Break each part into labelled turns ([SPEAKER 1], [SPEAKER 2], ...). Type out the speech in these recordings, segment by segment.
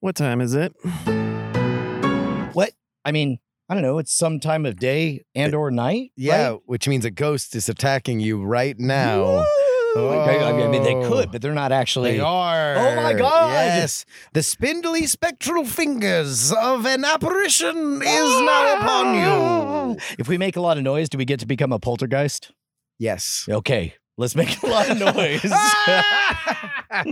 [SPEAKER 1] What time is it?
[SPEAKER 2] What? I mean, I don't know. It's some time of day and or night.
[SPEAKER 3] Yeah,
[SPEAKER 2] right?
[SPEAKER 3] which means a ghost is attacking you right now.
[SPEAKER 2] Well, they- I mean, they
[SPEAKER 3] Oh.
[SPEAKER 2] could, but they're not actually.
[SPEAKER 3] They are.
[SPEAKER 2] Oh my God.
[SPEAKER 3] Yes. The spindly spectral fingers of an apparition is now Mm, upon you.
[SPEAKER 2] If we make a lot of noise, do we get to become a poltergeist?
[SPEAKER 3] Yes.
[SPEAKER 2] Okay, let's make a lot of noise.
[SPEAKER 3] Ah!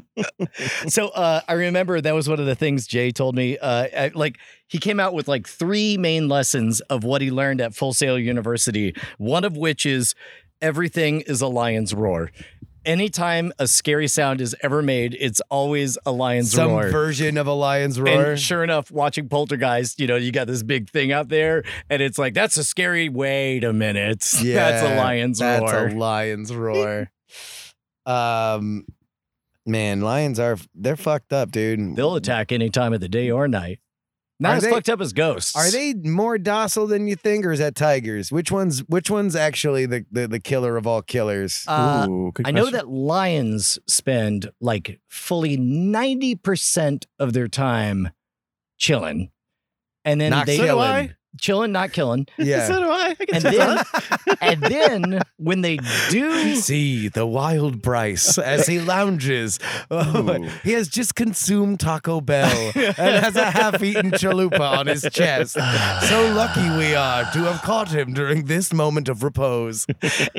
[SPEAKER 2] so uh, I remember that was one of the things Jay told me. Uh, I- like he came out with like three main lessons of what he learned at Full Sail University. One of which is everything is a lion's roar. Anytime a scary sound is ever made, it's always a lion's
[SPEAKER 3] Some
[SPEAKER 2] roar.
[SPEAKER 3] version of a lion's roar.
[SPEAKER 2] And sure enough, watching Poltergeist, you know, you got this big thing out there, and it's like, that's a scary. Wait a minute. that's a
[SPEAKER 3] Yeah,
[SPEAKER 2] lion's
[SPEAKER 3] That's
[SPEAKER 2] roar.
[SPEAKER 3] a lion's roar. um, man, lions are they're fucked up, dude.
[SPEAKER 2] They'll attack any time of the day or night. Not
[SPEAKER 3] Are
[SPEAKER 2] as
[SPEAKER 3] they-
[SPEAKER 2] fucked up as ghosts.
[SPEAKER 3] Are they more docile than you think, or is that tigers? Which one's which one's actually the the, the killer of all killers?
[SPEAKER 2] Uh,
[SPEAKER 1] Ooh, good
[SPEAKER 2] I know
[SPEAKER 1] question.
[SPEAKER 2] that lions spend like fully 90% of their time chilling. And then
[SPEAKER 3] Not
[SPEAKER 2] they
[SPEAKER 3] killing.
[SPEAKER 2] chilling, not killing.
[SPEAKER 3] yeah.
[SPEAKER 1] So do I. I can
[SPEAKER 2] And
[SPEAKER 1] tell
[SPEAKER 2] then-
[SPEAKER 1] that.
[SPEAKER 2] And then when they do
[SPEAKER 3] See the wild Bryce as he lounges. Oh,
[SPEAKER 1] Ooh.
[SPEAKER 3] he has just consumed Taco Bell and has a half-eaten chalupa on his chest.
[SPEAKER 1] Uh,
[SPEAKER 3] So lucky we are to have caught him during this moment of repose.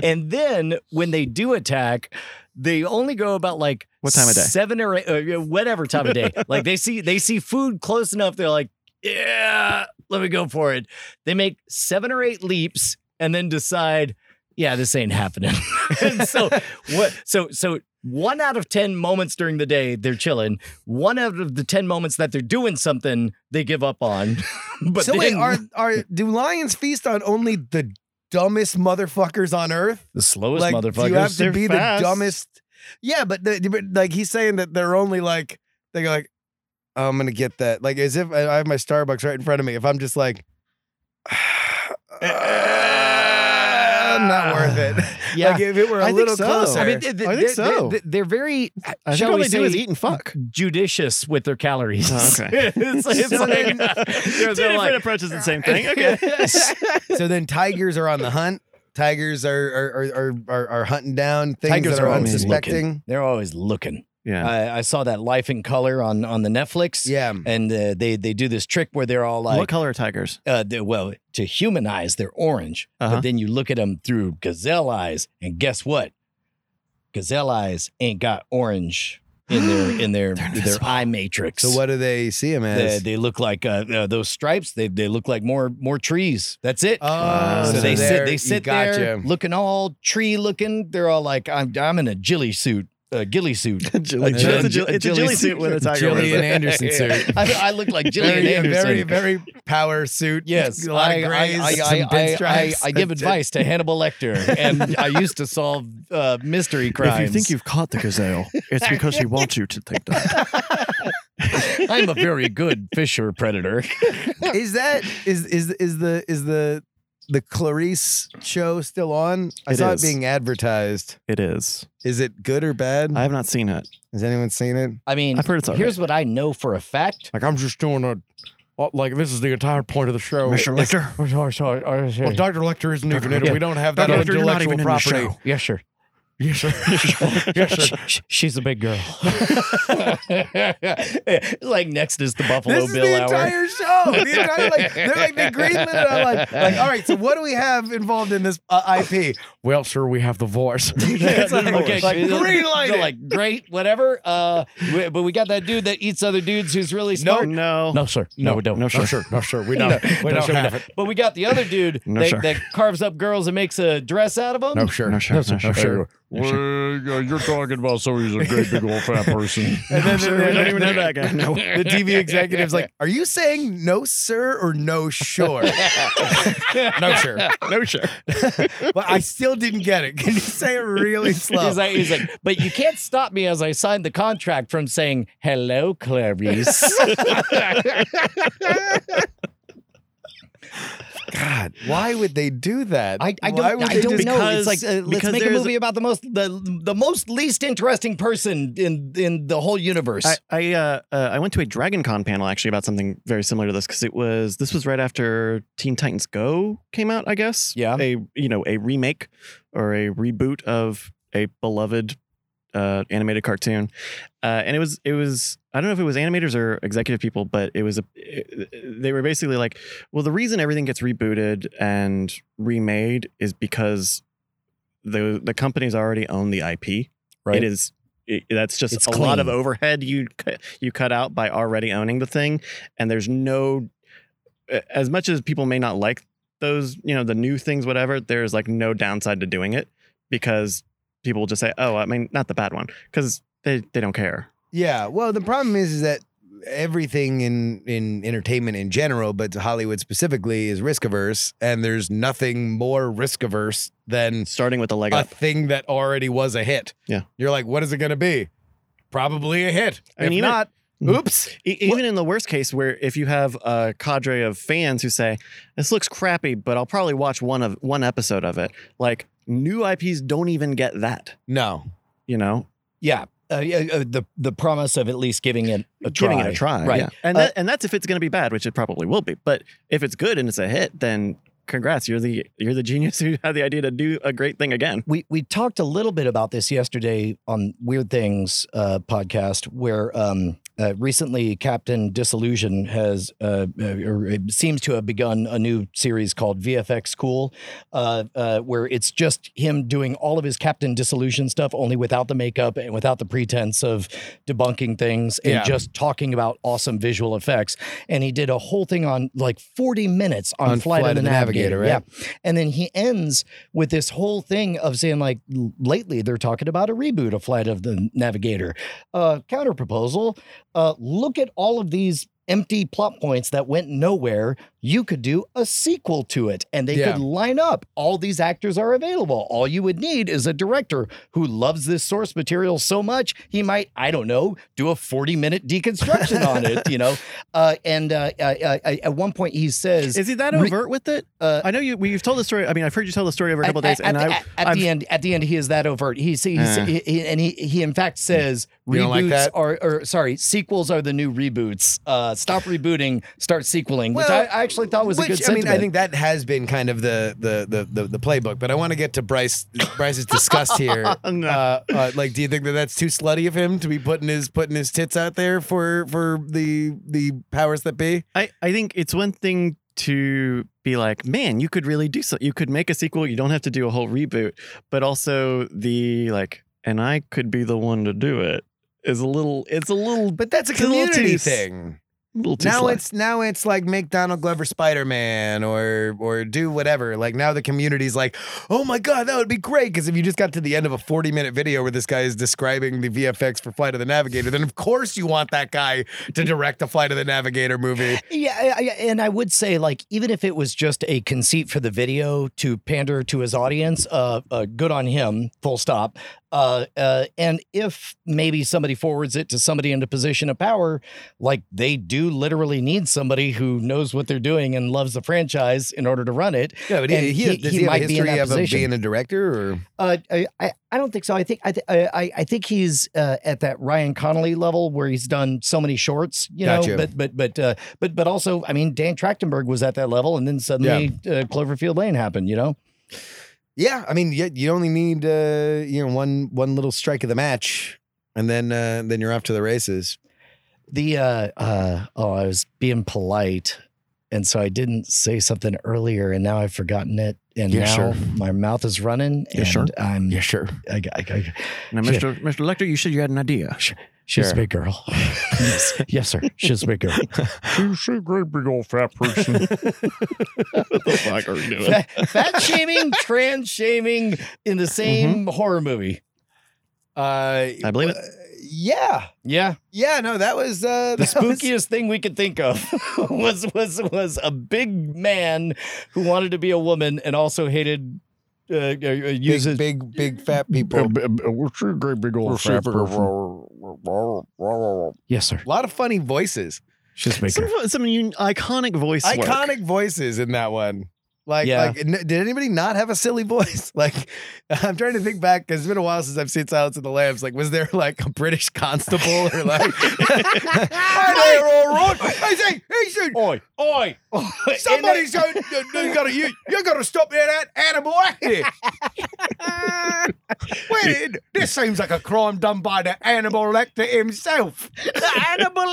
[SPEAKER 2] and then when they do attack, they only go about like
[SPEAKER 1] What time of day?
[SPEAKER 2] seven or eight, or whatever time of day. like they see they see food close enough, they're like, yeah, let me go for it. They make seven or eight leaps and then decide, yeah, this ain't happening. and so what? So so. One out of 10 moments during the day, they're chilling. One out of the 10 moments that they're doing something, they give up on. but
[SPEAKER 3] so
[SPEAKER 2] then,
[SPEAKER 3] wait, are are do lions feast on only the dumbest motherfuckers on earth?
[SPEAKER 2] the slowest
[SPEAKER 3] Like,
[SPEAKER 2] motherfuckers.
[SPEAKER 3] do you have to
[SPEAKER 1] They're
[SPEAKER 3] be
[SPEAKER 1] fast.
[SPEAKER 3] the dumbest? Yeah, but, they, but like he's saying that they're only like they go like I'm gonna get that like as if I I have my Starbucks right in front of me. If I'm just like. "Ah, not worth it.
[SPEAKER 2] Yeah.
[SPEAKER 3] Like if it were a
[SPEAKER 1] I think
[SPEAKER 3] little
[SPEAKER 1] so.
[SPEAKER 3] closer.
[SPEAKER 2] I mean,
[SPEAKER 1] Fair.
[SPEAKER 2] th- th-
[SPEAKER 1] I think
[SPEAKER 2] they're- they're-
[SPEAKER 1] so.
[SPEAKER 2] They're, very,
[SPEAKER 1] I think
[SPEAKER 2] shall
[SPEAKER 1] all
[SPEAKER 2] we
[SPEAKER 1] they do is
[SPEAKER 2] say,
[SPEAKER 1] eat and fuck.
[SPEAKER 2] judicious with their calories.
[SPEAKER 1] Oh, okay.
[SPEAKER 2] it's, it's
[SPEAKER 1] So
[SPEAKER 2] like,
[SPEAKER 1] then-
[SPEAKER 2] they're,
[SPEAKER 1] Two
[SPEAKER 2] they're
[SPEAKER 1] different
[SPEAKER 2] like,
[SPEAKER 1] approaches to the same thing. Okay.
[SPEAKER 3] so then tigers are on the hunt. Tigers are are are are, are hunting down things
[SPEAKER 2] Tigers
[SPEAKER 3] that are,
[SPEAKER 2] are always
[SPEAKER 3] unsuspecting.
[SPEAKER 2] looking. they're always looking.
[SPEAKER 1] Yeah.
[SPEAKER 2] I, I saw that Life in Color on, on the Netflix.
[SPEAKER 3] Yeah.
[SPEAKER 2] And uh, they, they do this trick where they're all
[SPEAKER 1] what
[SPEAKER 2] like,
[SPEAKER 1] color are tigers?
[SPEAKER 2] uh, they- well, to humanize, they're orange.
[SPEAKER 1] Uh-huh.
[SPEAKER 2] But then you look at them through gazelle eyes, and guess what? Gazelle eyes ain't got orange in their in their their eye matrix.
[SPEAKER 3] So what do they see him
[SPEAKER 2] They,
[SPEAKER 3] as?
[SPEAKER 2] they look like uh, uh, those stripes. They they look like more more trees. That's it.
[SPEAKER 3] oh,
[SPEAKER 2] so
[SPEAKER 1] so
[SPEAKER 2] they
[SPEAKER 3] there-
[SPEAKER 2] sit they
[SPEAKER 3] you
[SPEAKER 2] sit
[SPEAKER 3] gotcha.
[SPEAKER 2] there looking all tree looking. They're all like I'm I'm in a jilly suit, a ghillie suit.
[SPEAKER 1] Jilly,
[SPEAKER 2] jilly-
[SPEAKER 1] it's a, jilly, it's a jilly suit with a tiger. on it.
[SPEAKER 3] Jillian Anderson suit.
[SPEAKER 2] I, I look like Jillian
[SPEAKER 3] Very,
[SPEAKER 2] Anderson.
[SPEAKER 3] very, very power suit.
[SPEAKER 2] Yes,
[SPEAKER 3] a lot
[SPEAKER 2] I,
[SPEAKER 3] of
[SPEAKER 2] I-
[SPEAKER 3] grays.
[SPEAKER 2] I, I,
[SPEAKER 3] some
[SPEAKER 2] I, I,
[SPEAKER 3] pinstripes.
[SPEAKER 2] I give advice to Hannibal Lecter, and I used to solve uh, mystery crimes.
[SPEAKER 1] If you think you've caught the gazelle, it's because you want you to think that.
[SPEAKER 2] I'm a very good fisher predator.
[SPEAKER 3] is that is is is the is the the Clarice show still on? I
[SPEAKER 1] It
[SPEAKER 3] saw
[SPEAKER 1] is.
[SPEAKER 3] it being advertised.
[SPEAKER 1] It is.
[SPEAKER 3] Is it good or bad?
[SPEAKER 1] I have not seen it.
[SPEAKER 3] Has anyone seen it?
[SPEAKER 2] I mean,
[SPEAKER 1] I've heard it's all
[SPEAKER 2] here's what I know for a fact.
[SPEAKER 3] Like I'm just doing a, well, like this is the entire point of the show.
[SPEAKER 1] Lecter.
[SPEAKER 3] Oh, Well, Doctor Lecter isn't even in it. We don't have that
[SPEAKER 1] Dr. Lecter, you're not
[SPEAKER 3] intellectual
[SPEAKER 1] even in the
[SPEAKER 3] property.
[SPEAKER 1] show.
[SPEAKER 2] Yes, sir.
[SPEAKER 3] Yes, sir. yes, sir.
[SPEAKER 2] she's a big girl. like next is the Buffalo
[SPEAKER 3] This is
[SPEAKER 2] Bill
[SPEAKER 3] the
[SPEAKER 2] hour.
[SPEAKER 3] entire show. The entire, like, they're like they greenlit it. I'm like, like, all right. So what do we have involved in this uh, IP? Well, sir, we have the voice. it's like,
[SPEAKER 2] okay,
[SPEAKER 3] like,
[SPEAKER 2] they're-
[SPEAKER 3] green light.
[SPEAKER 2] they're
[SPEAKER 3] it.
[SPEAKER 2] like great, whatever. Uh, we- but we got that dude that eats other dudes who's really
[SPEAKER 1] No,
[SPEAKER 2] smart.
[SPEAKER 1] no,
[SPEAKER 2] No, sir. No, we don't.
[SPEAKER 1] No,
[SPEAKER 3] no,
[SPEAKER 1] sure.
[SPEAKER 3] sure, no, sure. We don't. we
[SPEAKER 2] No,
[SPEAKER 3] don't
[SPEAKER 2] sir, we
[SPEAKER 3] have
[SPEAKER 2] don't.
[SPEAKER 3] it.
[SPEAKER 2] But we got the other dude
[SPEAKER 1] No,
[SPEAKER 2] that,
[SPEAKER 1] sir.
[SPEAKER 2] that carves up girls and makes a dress out of them.
[SPEAKER 3] No, sure,
[SPEAKER 1] No, sure, no, sure.
[SPEAKER 4] Well, uh, you're talking about so he's a great big old fat person.
[SPEAKER 3] And then
[SPEAKER 1] Sure, we don't even know that guy. No.
[SPEAKER 3] the TV executive's like, "Are you saying no, sir, or no, sure?" no, sure, no, sure. but I still didn't get it. Can you say it really slow?
[SPEAKER 2] He's like, he's like, but you can't stop me as I signed the contract from saying hello, Clarice.
[SPEAKER 3] God, why would they do that?
[SPEAKER 2] I, I don't,
[SPEAKER 3] Why would
[SPEAKER 2] I
[SPEAKER 3] they
[SPEAKER 2] don't
[SPEAKER 3] just-
[SPEAKER 2] know.
[SPEAKER 1] Because-
[SPEAKER 2] It's like uh, let's
[SPEAKER 1] because
[SPEAKER 2] make a
[SPEAKER 1] there's-
[SPEAKER 2] movie about the most the, the most least interesting person in in the whole universe.
[SPEAKER 1] I I, uh, uh, I went to a Dragon Con panel actually about something very similar to this because it was this was right after Teen Titans Go came out, I guess.
[SPEAKER 2] Yeah.
[SPEAKER 1] A you know a remake or a reboot of a beloved uh, animated cartoon, uh, and it was it was I don't know if it was animators or executive people, but it was a it- they were basically like, well, the reason everything gets rebooted and remade is because the the companies already own the IP.
[SPEAKER 2] Right.
[SPEAKER 1] It is it, that's just
[SPEAKER 2] It's
[SPEAKER 1] a lot of
[SPEAKER 2] clean.
[SPEAKER 1] overhead you cu- you cut out by already owning the thing, and there's no as much as people may not like those you know the new things whatever. There's like no downside to doing it because people will just say, oh, I mean, not the bad one because they they don't care.
[SPEAKER 3] Yeah. Well, the problem is, is that everything in in entertainment in general, but to Hollywood specifically, is risk averse, and there's nothing more risk averse than
[SPEAKER 1] Starting with the leg
[SPEAKER 3] a
[SPEAKER 1] up.
[SPEAKER 3] thing that already was a hit.
[SPEAKER 1] Yeah.
[SPEAKER 3] You're like, what is it going to be? Probably a hit.
[SPEAKER 1] I mean,
[SPEAKER 3] if
[SPEAKER 1] even-
[SPEAKER 3] not,
[SPEAKER 1] Mhm.
[SPEAKER 3] oops.
[SPEAKER 1] E- Even in the worst case, where if you have a cadre of fans who say this looks crappy, but I'll probably watch one of one episode of it. Like new IPs don't even get that.
[SPEAKER 3] No.
[SPEAKER 1] You know,
[SPEAKER 2] yeah, uh, yeah, uh, the the promise of at least giving it a try.
[SPEAKER 1] giving it a try,
[SPEAKER 2] Right.
[SPEAKER 1] yeah. And
[SPEAKER 2] Uh,
[SPEAKER 1] that, and that's if it's going to be bad, which it probably will be. But if it's good and it's a hit, then congrats, you're the you're the genius who had the idea to do a great thing again.
[SPEAKER 2] We we talked a little bit about this yesterday on Weird Things uh, podcast, where um, uh, recently Captain Disillusion has uh, uh, or it seems to have begun a new series called VFX Cool, uh, uh, where it's just him doing all of his Captain Disillusion stuff, only without the makeup and without the pretense of debunking things and
[SPEAKER 3] Yeah.
[SPEAKER 2] just talking about awesome visual effects. And he did a whole thing on like forty minutes on,
[SPEAKER 3] On
[SPEAKER 2] Flight, of the Navigator,
[SPEAKER 3] right?
[SPEAKER 2] yeah. And then he ends with this whole thing of saying like l- lately they're talking about a reboot of flight of the navigator uh counter proposal uh look at all of these empty plot points that went nowhere you could do a sequel to it and they
[SPEAKER 3] Yeah.
[SPEAKER 2] could line up all these actors are available all you would need is a director who loves this source material so much he might i don't know do a 40 minute deconstruction on it you know uh and uh, uh, uh at one point he says
[SPEAKER 1] Is he that
[SPEAKER 2] Re-
[SPEAKER 1] overt with it?
[SPEAKER 2] uh,
[SPEAKER 1] I know you. You've told the story. I mean, I've heard you tell the story over a couple
[SPEAKER 2] at,
[SPEAKER 1] days, and
[SPEAKER 2] at,
[SPEAKER 1] I
[SPEAKER 2] the- at, at the end, at the end, he is that overt. He, he,
[SPEAKER 1] Uh.
[SPEAKER 2] he, he and he he in fact says
[SPEAKER 3] You don't like
[SPEAKER 2] reboots
[SPEAKER 3] that?
[SPEAKER 2] are or sorry sequels are the new reboots. Uh, stop rebooting, start sequeling, which
[SPEAKER 3] Well,
[SPEAKER 2] I, I actually thought was
[SPEAKER 3] Which
[SPEAKER 2] a good
[SPEAKER 3] I mean,
[SPEAKER 2] sentiment.
[SPEAKER 3] I think that has been kind of the the the the, the playbook. But I want to get to Bryce Bryce's disgust here.
[SPEAKER 1] No.
[SPEAKER 3] uh, uh, like, do you think that that's too slutty of him to be putting his putting his tits out there for for the the powers that be?
[SPEAKER 1] I, I think it's one thing to be like, man, you could really do so. You could make a sequel. You don't have to do a whole reboot. But also the like, and I could be the one to do it is a little. It's a little,
[SPEAKER 3] But that's a
[SPEAKER 1] It's a little
[SPEAKER 3] community
[SPEAKER 1] too-
[SPEAKER 3] thing.
[SPEAKER 1] little too.
[SPEAKER 3] Now
[SPEAKER 1] sly.
[SPEAKER 3] it's now it's like make Donald Glover Spider Man or or do whatever. Like now the community's like, oh my god, that would be great. Because if you just got to the end of a forty minute video where this guy is describing the VFX for Flight of the Navigator, then of course you want that guy to direct a Flight of the Navigator movie.
[SPEAKER 2] yeah, I, I, and I would say like even if it was just a conceit for the video to pander to his audience, uh, uh good on him. Full stop. Uh, uh, and if maybe somebody forwards it to somebody in a position of power, like they do literally need somebody who knows what they're doing and loves the franchise in order to run it.
[SPEAKER 3] Yeah, but
[SPEAKER 2] he- And he- he- does he he have a might be in history that of him position. being
[SPEAKER 3] a director or
[SPEAKER 2] Uh, I, I I don't think so. I think I th- I, I- I think he's uh, at that Ryan Connolly level where he's done so many shorts, you know.
[SPEAKER 3] Gotcha.
[SPEAKER 2] But but but uh, but but also, I mean, Dan Trachtenberg was at that level, and then suddenly uh, Cloverfield Lane happened, you know.
[SPEAKER 3] yeah, I mean, you, you only need uh, you know one one little strike of the match, and then uh, then you're off to the races.
[SPEAKER 2] The uh, uh, oh, I was being polite, and so I didn't say something earlier, and now I've forgotten it, and
[SPEAKER 3] Yeah,
[SPEAKER 2] now
[SPEAKER 3] sure.
[SPEAKER 2] my mouth is running,
[SPEAKER 1] Yeah,
[SPEAKER 2] and
[SPEAKER 1] sure.
[SPEAKER 2] I'm
[SPEAKER 3] sure,
[SPEAKER 2] I, I, I,
[SPEAKER 1] now,
[SPEAKER 2] Sure.
[SPEAKER 1] Mr. Mr. Lecter, you said you had an idea.
[SPEAKER 2] she's a big girl. yes, yes, sir. She's a big girl.
[SPEAKER 4] You see, great big old fat person.
[SPEAKER 1] what the fuck are we doing?
[SPEAKER 2] fat, fat shaming, trans shaming in the same
[SPEAKER 3] Mm-hmm.
[SPEAKER 2] horror movie.
[SPEAKER 3] uh,
[SPEAKER 1] I believe it.
[SPEAKER 3] yeah,
[SPEAKER 2] Yeah,
[SPEAKER 3] yeah. No, that was uh,
[SPEAKER 2] the
[SPEAKER 3] that was-
[SPEAKER 2] spookiest thing we could think of was was was a big man who wanted to be a woman and also hated uh, uh,
[SPEAKER 3] big,
[SPEAKER 2] uses.
[SPEAKER 3] big, big fat people.
[SPEAKER 4] Uh, b- b- You see, great big old fat person.
[SPEAKER 2] Yes, sir.
[SPEAKER 3] A lot of funny voices,
[SPEAKER 2] She's
[SPEAKER 1] Some, some un- iconic voice work.
[SPEAKER 3] iconic voices in that one. Like,
[SPEAKER 2] Yeah.
[SPEAKER 3] like, n- did anybody not have a silly voice? Like, I'm trying to think back because it's been a while since I've seen Silence of the Lambs. Like, was there like a British constable or like, hi there, all right? I say, hey, shoot,
[SPEAKER 4] Oi, oi.
[SPEAKER 3] somebody's going, you, you gotta, you, you gotta stop that animal act here. Wait, this seems like a crime done by the animal elector himself. Oh.
[SPEAKER 2] the animal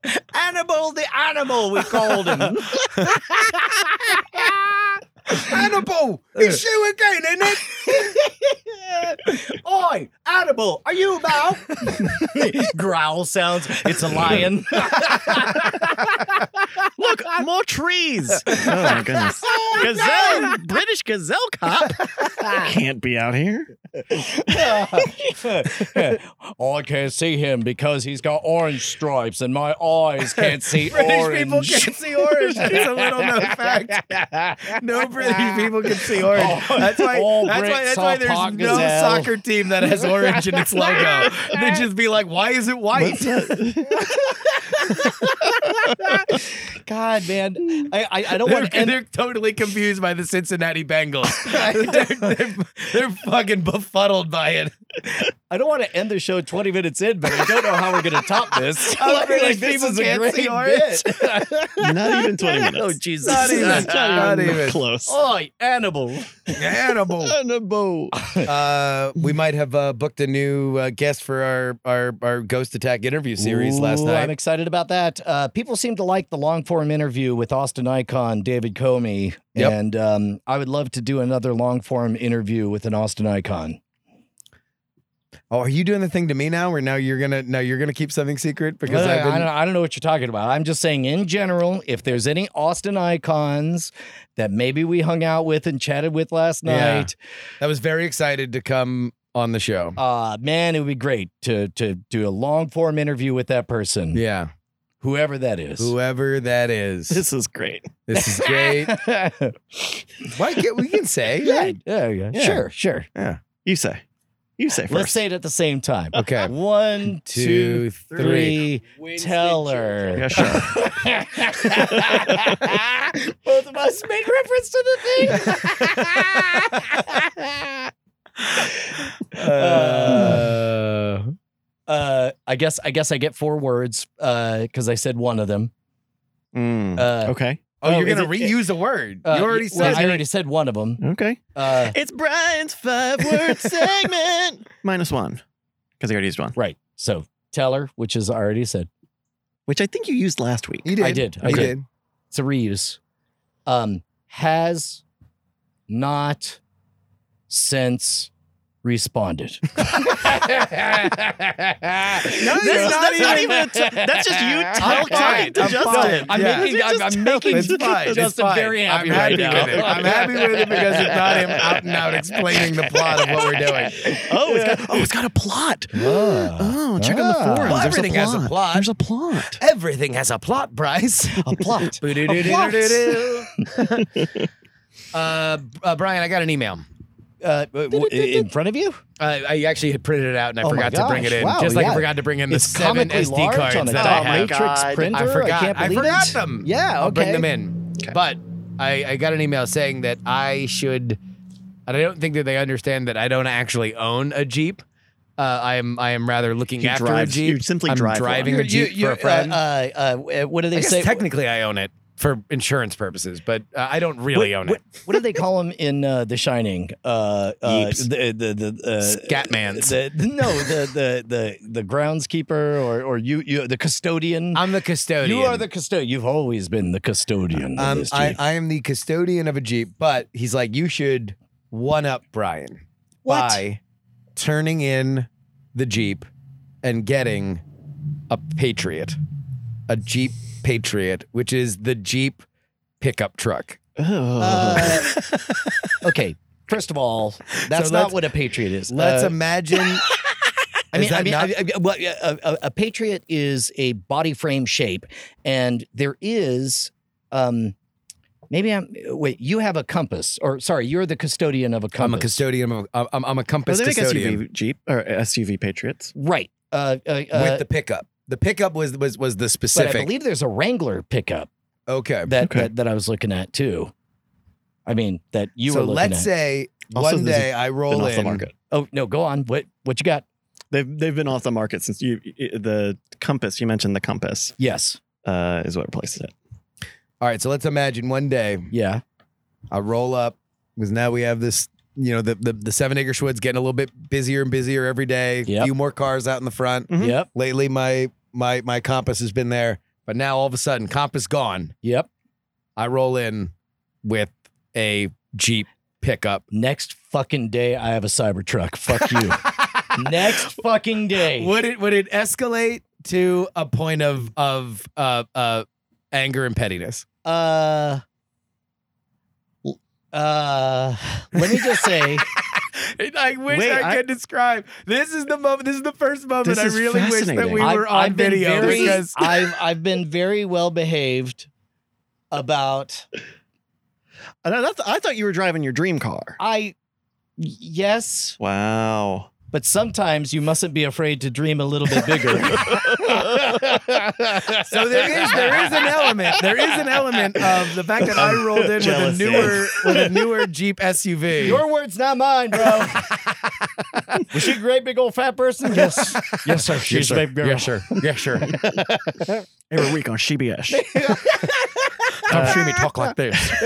[SPEAKER 2] lector. animal, the animal, we called him.
[SPEAKER 3] Hannibal, it's you again, isn't it?
[SPEAKER 2] Oi, animal, are you about? Growl sounds. It's a lion.
[SPEAKER 1] Look, more trees. oh my goodness. Gazelle, British gazelle cop can't be out here.
[SPEAKER 4] I can't see him because he's got orange stripes and my eyes can't see
[SPEAKER 3] British
[SPEAKER 4] orange.
[SPEAKER 3] people can't see orange. It's a little known fact. No British people can see orange.
[SPEAKER 4] All-
[SPEAKER 3] that's why.
[SPEAKER 4] all
[SPEAKER 3] That's why,
[SPEAKER 4] Brits,
[SPEAKER 3] that's
[SPEAKER 4] all
[SPEAKER 3] why there's
[SPEAKER 4] pot
[SPEAKER 3] no
[SPEAKER 4] gazelle.
[SPEAKER 3] soccer team that has orange in its logo. They just be like, "Why is it white?"
[SPEAKER 2] God, man, I I, I don't
[SPEAKER 3] They're,
[SPEAKER 2] want to end
[SPEAKER 3] they're totally confused by the Cincinnati Bengals. they're, they're- they're fucking befuddled by it.
[SPEAKER 2] I don't want to end the show 20 minutes in, but I don't know how we're going to top this.
[SPEAKER 3] I
[SPEAKER 2] Like,
[SPEAKER 3] really
[SPEAKER 2] like,
[SPEAKER 3] think
[SPEAKER 2] this
[SPEAKER 3] we
[SPEAKER 2] is a
[SPEAKER 3] can't
[SPEAKER 2] great
[SPEAKER 3] see orange.
[SPEAKER 2] bit.
[SPEAKER 1] Not even 20 minutes.
[SPEAKER 2] oh, Jesus. Oh,
[SPEAKER 3] Not even.
[SPEAKER 1] Not
[SPEAKER 3] Not even.
[SPEAKER 1] close.
[SPEAKER 2] Oi, animal.
[SPEAKER 3] Animal.
[SPEAKER 1] Hannibal.
[SPEAKER 3] Uh, we might have uh, booked a new uh, guest for our, our our Ghost Attack interview series last
[SPEAKER 2] Ooh, I'm
[SPEAKER 3] night.
[SPEAKER 2] excited about that. Uh, people seem to like the long form interview with Austin Icon, David Comey.
[SPEAKER 3] Yep.
[SPEAKER 2] And um, I would love to do another long form interview with an Austin Icon.
[SPEAKER 3] Oh, are you doing the thing to me now? Where now you're gonna now you're gonna keep something secret because
[SPEAKER 2] I,
[SPEAKER 3] I've been
[SPEAKER 2] I don't, I don't know what you're talking about. I'm just saying, in general, if there's any Austin icons that maybe we hung out with and chatted with last
[SPEAKER 3] Yeah.
[SPEAKER 2] night,
[SPEAKER 3] I was very excited to come on the show.
[SPEAKER 2] uh man it would be great to to do a long form interview with that person
[SPEAKER 3] Yeah,
[SPEAKER 2] whoever that is
[SPEAKER 3] whoever that is,
[SPEAKER 1] This is great.
[SPEAKER 3] this is great.
[SPEAKER 2] yeah,
[SPEAKER 3] Why can't we can say?
[SPEAKER 2] yeah,
[SPEAKER 3] right?
[SPEAKER 2] yeah,
[SPEAKER 3] Yeah.
[SPEAKER 2] sure sure
[SPEAKER 1] You say. You say 1st
[SPEAKER 2] let let's say it at the same time
[SPEAKER 3] Okay,
[SPEAKER 2] one two
[SPEAKER 3] Two,
[SPEAKER 2] three
[SPEAKER 3] three.
[SPEAKER 2] tell her
[SPEAKER 1] Yeah, sure.
[SPEAKER 2] both of us made reference to the thing
[SPEAKER 3] Uh,
[SPEAKER 2] uh i guess i guess i get four words uh because i said one of them
[SPEAKER 1] Mm.
[SPEAKER 2] uh
[SPEAKER 1] okay.
[SPEAKER 3] oh,
[SPEAKER 2] oh,
[SPEAKER 3] you're
[SPEAKER 2] is
[SPEAKER 3] gonna
[SPEAKER 2] it-
[SPEAKER 3] reuse a word.
[SPEAKER 2] uh,
[SPEAKER 3] you already
[SPEAKER 2] well,
[SPEAKER 3] said.
[SPEAKER 2] I already said one of them.
[SPEAKER 1] Okay.
[SPEAKER 2] Uh,
[SPEAKER 1] It's Brian's five word segment. Minus one. Because I already used one,
[SPEAKER 2] right. So Teller, which is I already said.
[SPEAKER 1] which I think you used last week.
[SPEAKER 3] you did.
[SPEAKER 2] I did. I
[SPEAKER 3] You
[SPEAKER 2] did.
[SPEAKER 3] did.
[SPEAKER 2] It's a reuse. Um, has not since responded.
[SPEAKER 3] No,
[SPEAKER 1] That's
[SPEAKER 3] no,
[SPEAKER 1] not,
[SPEAKER 3] no.
[SPEAKER 1] even. A t- that's just you
[SPEAKER 3] I'm
[SPEAKER 1] tell
[SPEAKER 3] fine.
[SPEAKER 1] talking to
[SPEAKER 3] I'm
[SPEAKER 1] Justin.
[SPEAKER 3] fine.
[SPEAKER 2] I'm
[SPEAKER 3] Yeah.
[SPEAKER 2] making, I'm, I'm making
[SPEAKER 3] It's fine.
[SPEAKER 2] Justin
[SPEAKER 3] it's fine.
[SPEAKER 2] very happy
[SPEAKER 3] I'm
[SPEAKER 2] right
[SPEAKER 3] happy
[SPEAKER 2] now.
[SPEAKER 3] with it. I'm happy with it because it's not him out and out explaining the plot of what we're doing.
[SPEAKER 1] Oh, it's got, oh, it's got a plot. Oh, check on the
[SPEAKER 2] Ah.
[SPEAKER 1] forums.
[SPEAKER 3] Well,
[SPEAKER 1] There's
[SPEAKER 3] everything has a plot.
[SPEAKER 1] There's a plot.
[SPEAKER 3] Everything has a plot, Bryce.
[SPEAKER 2] A plot.
[SPEAKER 3] Boo-doo-doo-doo-doo-doo. uh, uh, Brian, I got an email.
[SPEAKER 2] Uh, in front of you?
[SPEAKER 3] Uh, I actually had printed it out and I
[SPEAKER 2] Oh my
[SPEAKER 3] forgot to bring it
[SPEAKER 2] gosh,
[SPEAKER 3] in.
[SPEAKER 2] wow,
[SPEAKER 3] Just like
[SPEAKER 2] yeah.
[SPEAKER 3] I forgot to bring in the
[SPEAKER 2] It's
[SPEAKER 3] seven
[SPEAKER 2] comically
[SPEAKER 3] SD
[SPEAKER 2] large on
[SPEAKER 3] cards
[SPEAKER 2] a
[SPEAKER 3] that I
[SPEAKER 2] dial
[SPEAKER 3] have.
[SPEAKER 1] have.
[SPEAKER 2] matrix
[SPEAKER 1] God,
[SPEAKER 2] printer.
[SPEAKER 3] I forgot.
[SPEAKER 2] can't believe
[SPEAKER 3] forgot
[SPEAKER 2] it.
[SPEAKER 3] them.
[SPEAKER 2] Yeah,
[SPEAKER 3] I'll bring
[SPEAKER 2] okay.
[SPEAKER 3] them in. But I, I got an email saying that I should. And I don't think that they understand that I don't actually own a Jeep. Uh, I am I am rather looking
[SPEAKER 1] He
[SPEAKER 3] after
[SPEAKER 1] drives-
[SPEAKER 3] a Jeep.
[SPEAKER 1] you simply
[SPEAKER 3] I'm
[SPEAKER 1] drive one.
[SPEAKER 3] driving a
[SPEAKER 2] You're-
[SPEAKER 3] Jeep
[SPEAKER 2] you're-
[SPEAKER 3] for a friend.
[SPEAKER 2] Uh, uh, uh, what do they
[SPEAKER 3] I guess
[SPEAKER 2] say?
[SPEAKER 3] technically I own it for insurance purposes, but uh, I don't really own
[SPEAKER 2] what,
[SPEAKER 3] it.
[SPEAKER 2] what do they call them in uh, The Shining? Uh, uh,
[SPEAKER 1] Yeeps.
[SPEAKER 2] the the the uh,
[SPEAKER 3] Scatmans.
[SPEAKER 2] The, the- no, the the the the groundskeeper or or you you the custodian.
[SPEAKER 3] I'm the custodian.
[SPEAKER 2] you are the custodian. You've always been the custodian. of
[SPEAKER 3] Um,
[SPEAKER 2] this
[SPEAKER 3] I,
[SPEAKER 2] Jeep.
[SPEAKER 3] I am the custodian of a Jeep, but he's like, you should one up Brian
[SPEAKER 2] What?
[SPEAKER 3] by turning in the Jeep and getting a Patriot, a Jeep Patriot, which is the Jeep pickup truck.
[SPEAKER 1] Oh.
[SPEAKER 2] Uh, okay. First of all, that's
[SPEAKER 3] So
[SPEAKER 2] not
[SPEAKER 3] let's-
[SPEAKER 2] what a patriot is.
[SPEAKER 3] Let's
[SPEAKER 2] Uh,
[SPEAKER 3] imagine.
[SPEAKER 2] I
[SPEAKER 3] Is
[SPEAKER 2] mean, I
[SPEAKER 3] that
[SPEAKER 2] mean,
[SPEAKER 3] not-
[SPEAKER 2] I- I- well, a, a, a patriot is a body frame shape, and there is, um, maybe I'm wait. You have a compass, or sorry, you're the custodian of a compass.
[SPEAKER 3] I'm a custodian of. A, I'm, I'm a
[SPEAKER 1] oh,
[SPEAKER 3] compass
[SPEAKER 1] they make
[SPEAKER 3] custodian
[SPEAKER 1] SUV Jeep or SUV Patriots.
[SPEAKER 2] right? Uh, uh, uh,
[SPEAKER 3] with the pickup. The pickup was was was the
[SPEAKER 2] but I
[SPEAKER 3] specific.
[SPEAKER 2] believe there's a Wrangler pickup.
[SPEAKER 3] Okay.
[SPEAKER 2] that
[SPEAKER 1] Okay.
[SPEAKER 2] that, that I was looking at too. I mean that you
[SPEAKER 3] so
[SPEAKER 2] were looking
[SPEAKER 3] let's
[SPEAKER 2] at.
[SPEAKER 3] say
[SPEAKER 1] Also,
[SPEAKER 3] one
[SPEAKER 1] this has
[SPEAKER 3] day I
[SPEAKER 1] Been
[SPEAKER 3] roll
[SPEAKER 1] off the
[SPEAKER 3] in.
[SPEAKER 1] market.
[SPEAKER 2] oh no, go on. What what you got?
[SPEAKER 1] They've they've been off the market since you i- the compass. You mentioned the compass
[SPEAKER 2] Yes.
[SPEAKER 1] uh, is what replaces it.
[SPEAKER 3] All right. So let's imagine one day
[SPEAKER 2] Yeah.
[SPEAKER 3] I roll up because now we have this. You know the the, the seven acre Schwood's getting a little bit busier and busier every day.
[SPEAKER 2] Yep.
[SPEAKER 3] Few more cars out in the front.
[SPEAKER 1] Mhm.
[SPEAKER 2] Yep.
[SPEAKER 3] Lately, my my my compass has been there, but now all of a sudden, compass gone.
[SPEAKER 2] Yep.
[SPEAKER 3] I roll in with a Jeep pickup.
[SPEAKER 2] Next fucking day I have a Cybertruck. Fuck you. Next fucking day.
[SPEAKER 3] Would it would it escalate to a point of of uh, uh, anger and pettiness?
[SPEAKER 2] Uh uh let me just say
[SPEAKER 3] I wish
[SPEAKER 1] Wait,
[SPEAKER 3] I,
[SPEAKER 1] I-
[SPEAKER 3] could describe. This is the moment. This is the first moment
[SPEAKER 1] This
[SPEAKER 3] I
[SPEAKER 1] is
[SPEAKER 3] really wish that we
[SPEAKER 1] fascinating.
[SPEAKER 3] were on
[SPEAKER 2] been
[SPEAKER 3] video
[SPEAKER 2] very-
[SPEAKER 3] because
[SPEAKER 2] I've I've been very well behaved about
[SPEAKER 1] And I, that's- I thought you were driving your dream car.
[SPEAKER 2] I yes,
[SPEAKER 1] Wow.
[SPEAKER 2] but sometimes you mustn't be afraid to dream a little bit bigger.
[SPEAKER 3] so there is there is an element there is an element of the fact that I rolled in with a
[SPEAKER 1] Jealousy.
[SPEAKER 3] newer with a newer Jeep SUV.
[SPEAKER 2] Your words, not mine, bro. Was she a great big old fat person? Yes. Yes, sir. She's a big girl.
[SPEAKER 3] Yeah, sure. Yeah, sure.
[SPEAKER 1] Every week on CBS.
[SPEAKER 3] Come see me talk like this.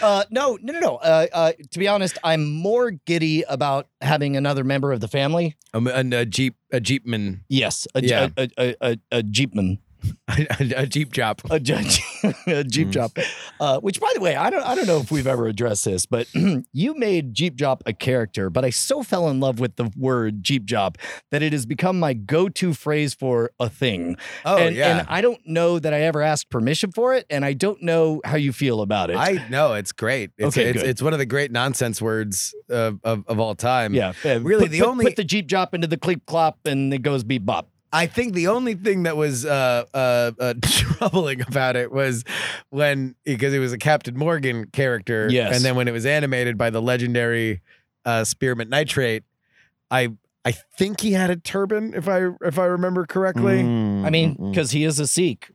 [SPEAKER 2] Uh, no, no, no, no. Uh, uh, to be honest, I'm more giddy about having another member of the family.
[SPEAKER 3] Um, and a Jeep, a Jeepman,
[SPEAKER 2] Yes, a,
[SPEAKER 3] Yeah.
[SPEAKER 2] a, a, a, a jeepman,
[SPEAKER 3] a, a Jeep job.
[SPEAKER 2] a, judge, a jeep
[SPEAKER 1] Mm.
[SPEAKER 2] job. Uh, which, by the way, I don't, I don't know if we've ever addressed this, but you made jeep job a character. But I so fell in love with the word jeep job that it has become my go-to phrase for a thing.
[SPEAKER 3] Oh
[SPEAKER 2] and,
[SPEAKER 3] yeah.
[SPEAKER 2] and I don't know that I ever asked permission for it, and I don't know how you feel about it.
[SPEAKER 3] I know it's great. It's,
[SPEAKER 2] Okay,
[SPEAKER 3] it's,
[SPEAKER 2] good.
[SPEAKER 3] it's one of the great nonsense words of, of, of all time.
[SPEAKER 2] yeah, yeah,
[SPEAKER 3] really,
[SPEAKER 2] put,
[SPEAKER 3] the
[SPEAKER 2] put-
[SPEAKER 3] only-
[SPEAKER 2] put the jeep job into the cleep clop, and it goes beep bop.
[SPEAKER 3] I think the only thing that was uh, uh, uh, troubling about it was when because it was a Captain Morgan character,
[SPEAKER 2] Yes.
[SPEAKER 3] and then when it was animated by the legendary uh, Spearmint Nitrate, I I think he had a turban if I if I remember correctly.
[SPEAKER 1] Mm,
[SPEAKER 2] I mean, because he is a Sikh.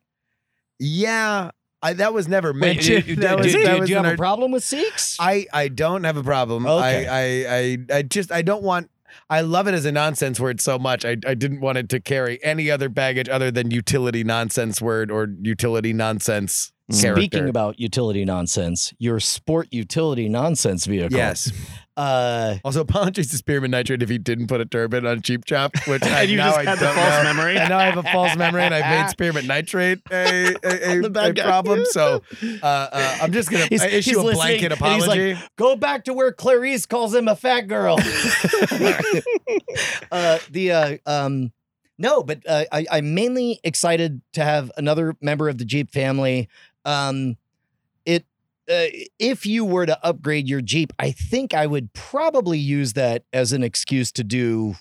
[SPEAKER 3] Yeah, I, that was never
[SPEAKER 2] Wait,
[SPEAKER 3] mentioned.
[SPEAKER 2] do, do-
[SPEAKER 3] that was,
[SPEAKER 2] do-
[SPEAKER 3] that
[SPEAKER 2] do-
[SPEAKER 3] was
[SPEAKER 2] do you have
[SPEAKER 3] an
[SPEAKER 2] a problem with Sikhs?
[SPEAKER 3] I I don't have a problem.
[SPEAKER 2] Okay.
[SPEAKER 3] I, I I I just I don't want. I love it as a nonsense word so much. I, I didn't want it to carry any other baggage other than utility nonsense word or utility nonsense
[SPEAKER 1] Mm.
[SPEAKER 3] character.
[SPEAKER 2] Speaking about utility nonsense, your sport utility nonsense vehicle.
[SPEAKER 3] yes.
[SPEAKER 2] Uh,
[SPEAKER 3] Also, apologies to Spearman Nitrate if he didn't put a turban on Cheap Chop, which I
[SPEAKER 1] and you
[SPEAKER 3] now
[SPEAKER 1] just
[SPEAKER 3] I
[SPEAKER 1] had the
[SPEAKER 3] don't
[SPEAKER 1] false
[SPEAKER 3] know.
[SPEAKER 1] memory.
[SPEAKER 3] And now I have a false memory, and I made Spearmint Nitrate a, a,
[SPEAKER 1] The
[SPEAKER 3] a,
[SPEAKER 1] bad
[SPEAKER 3] a
[SPEAKER 1] guy.
[SPEAKER 3] problem. So uh, uh, I'm just gonna
[SPEAKER 2] He's-
[SPEAKER 3] I
[SPEAKER 2] he's
[SPEAKER 3] issue a
[SPEAKER 2] listening,
[SPEAKER 3] blanket
[SPEAKER 2] and he's like,
[SPEAKER 3] apology.
[SPEAKER 2] go back to where Clarice calls him a fat girl. uh, the uh, um, no, but uh, I, I'm mainly excited to have another member of the Jeep family. Um, it uh, if you were to upgrade your Jeep, I think I would probably use that as an excuse to do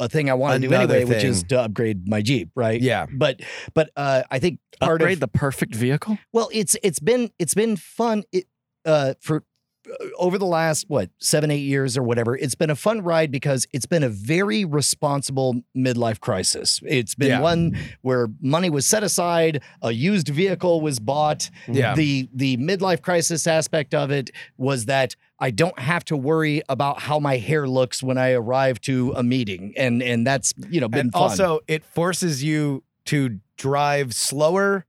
[SPEAKER 2] a thing I want to do
[SPEAKER 3] Another
[SPEAKER 2] anyway, which is
[SPEAKER 3] thing.
[SPEAKER 2] to upgrade my Jeep, right?
[SPEAKER 3] yeah.
[SPEAKER 2] But but uh, I think part
[SPEAKER 1] upgrade
[SPEAKER 2] of
[SPEAKER 1] the perfect vehicle.
[SPEAKER 2] well, it's it's been it's been fun it, uh, for uh, over the last what seven eight years or whatever. It's been a fun ride because it's been a very responsible midlife crisis. It's been
[SPEAKER 3] Yeah.
[SPEAKER 2] one where money was set aside, a used vehicle was bought.
[SPEAKER 1] Mm-hmm.
[SPEAKER 3] Yeah.
[SPEAKER 2] The the midlife crisis aspect of it was that. I don't have to worry about how my hair looks when I arrive to a meeting, and and that's you know been
[SPEAKER 3] and
[SPEAKER 2] fun.
[SPEAKER 3] also it forces you to drive slower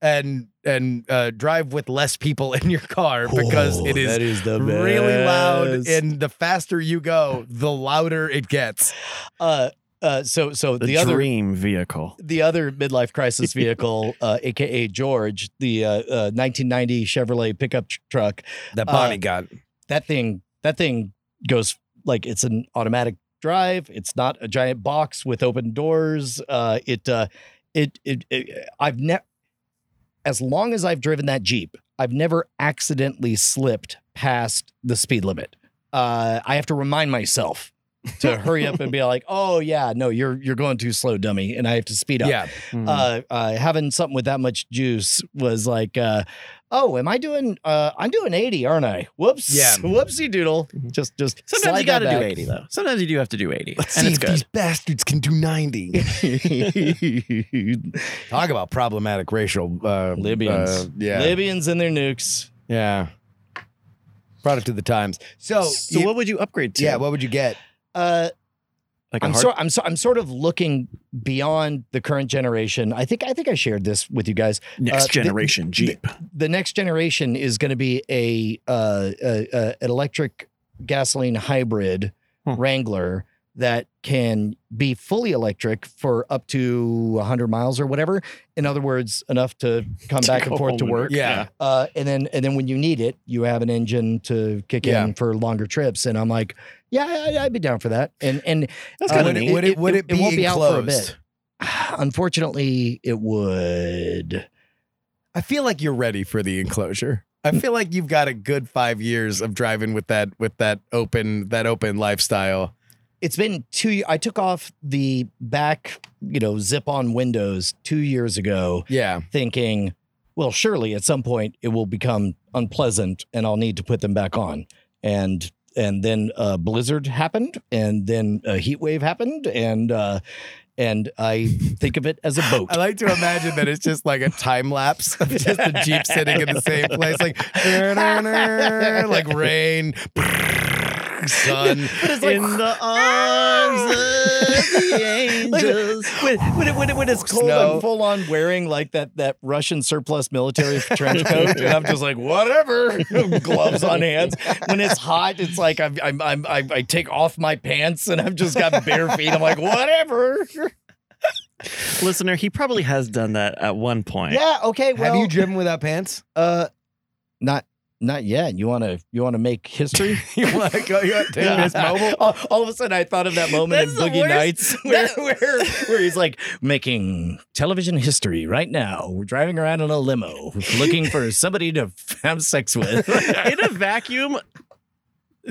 [SPEAKER 3] and and uh, drive with less people in your car because it is
[SPEAKER 2] Oh, is the
[SPEAKER 3] really loud
[SPEAKER 2] best.
[SPEAKER 3] and the faster you go the louder it gets
[SPEAKER 2] uh, uh, so so
[SPEAKER 1] The,
[SPEAKER 2] the, other
[SPEAKER 1] dream vehicle.
[SPEAKER 2] the other midlife crisis vehicle, uh, aka George, the uh, uh, 1990 Chevrolet pickup tr- truck.
[SPEAKER 3] the
[SPEAKER 2] Bonnie
[SPEAKER 3] gun
[SPEAKER 2] That thing, that thing goes like it's an automatic drive. It's not a giant box with open doors. Uh, it, uh, it, it, it, I've never, as long as I've driven that Jeep, I've never accidentally slipped past the speed limit. Uh, I have to remind myself to hurry up and be like, "Oh yeah, no, you're you're going too slow, dummy," and I have to speed up
[SPEAKER 3] yeah
[SPEAKER 1] Mm.
[SPEAKER 2] uh, uh, having something with that much juice was like uh, oh, am I doing? Uh, I'm doing 80, aren't I? Whoops.
[SPEAKER 3] Yeah.
[SPEAKER 2] Whoopsie doodle. Just, just.
[SPEAKER 1] Sometimes
[SPEAKER 2] slide
[SPEAKER 1] you got to
[SPEAKER 2] that
[SPEAKER 1] do
[SPEAKER 2] back.
[SPEAKER 1] 80 though. Sometimes you do have to do 80.
[SPEAKER 3] Let's
[SPEAKER 1] and
[SPEAKER 3] see
[SPEAKER 1] it's
[SPEAKER 3] if
[SPEAKER 1] good.
[SPEAKER 3] these bastards can do 90. Talk about problematic racial uh,
[SPEAKER 2] Libyans.
[SPEAKER 3] uh, yeah.
[SPEAKER 2] Libyans and their nukes.
[SPEAKER 3] yeah. Product of the times. So,
[SPEAKER 1] Oh, so
[SPEAKER 3] you-
[SPEAKER 1] what would you upgrade to?
[SPEAKER 3] yeah, what would you get?
[SPEAKER 2] Uh,
[SPEAKER 1] like a
[SPEAKER 2] I'm
[SPEAKER 1] hard-
[SPEAKER 2] sort. I'm so, I'm sort of looking beyond the current generation. I think. I think I shared this with you guys.
[SPEAKER 1] next
[SPEAKER 2] uh, the-
[SPEAKER 1] generation Jeep.
[SPEAKER 2] The next generation is going to be a, uh, a, a an electric gasoline hybrid
[SPEAKER 1] Hmm.
[SPEAKER 2] Wrangler that can be fully electric for up to 100 miles or whatever. In other words, enough to come back and
[SPEAKER 1] Go
[SPEAKER 2] forth to
[SPEAKER 1] home and
[SPEAKER 2] work.
[SPEAKER 3] Yeah.
[SPEAKER 2] Uh, and then and then when you need it, you have an engine to kick
[SPEAKER 3] Yeah.
[SPEAKER 2] in for longer trips. And I'm like, yeah, I, I'd be down for that. And and
[SPEAKER 1] That's
[SPEAKER 2] Uh,
[SPEAKER 1] kind of
[SPEAKER 3] would,
[SPEAKER 1] neat.
[SPEAKER 3] it, would it would it,
[SPEAKER 2] It- it
[SPEAKER 3] be
[SPEAKER 2] won't be out for a bit.
[SPEAKER 3] enclosed?
[SPEAKER 2] unfortunately, it would.
[SPEAKER 3] I feel like you're ready for the enclosure. I
[SPEAKER 2] Mm.
[SPEAKER 3] feel like you've got a good five years of driving with that with that open that open lifestyle.
[SPEAKER 2] It's been two. ye- I took off the back, you know, zip-on windows two years ago,
[SPEAKER 3] Yeah,
[SPEAKER 2] thinking, well, surely at some point it will become unpleasant, and I'll need to put them back on. And and then a blizzard happened, and then a heat wave happened, and uh, and I think of it as a boat.
[SPEAKER 3] I like to imagine that it's just like a time lapse of just the jeep sitting in the same place, like like rain, sun.
[SPEAKER 1] in the arms of the angels.
[SPEAKER 2] when, when, it, when, it, when it's cold,
[SPEAKER 3] Snow.
[SPEAKER 2] I'm full on wearing like that that Russian surplus military trench coat, and I'm just like whatever, gloves on hands. When it's hot, it's like I'm, I'm, I'm I, I take off my pants and I've just got bare feet. I'm like whatever.
[SPEAKER 1] Listener, he probably has done that at one point.
[SPEAKER 2] Yeah. Okay. Well,
[SPEAKER 3] Have you driven without pants?
[SPEAKER 2] uh, not not yet. You want to you want to make history?
[SPEAKER 3] You want to go? You want to take this mobile?
[SPEAKER 2] All, all of a sudden, I thought of that moment
[SPEAKER 1] That's
[SPEAKER 2] in
[SPEAKER 1] the
[SPEAKER 2] Boogie
[SPEAKER 1] worst.
[SPEAKER 2] Nights where,
[SPEAKER 1] That-
[SPEAKER 2] where where he's like making television history right now. We're driving around in a limo, looking for somebody to have sex with.
[SPEAKER 1] in a vacuum,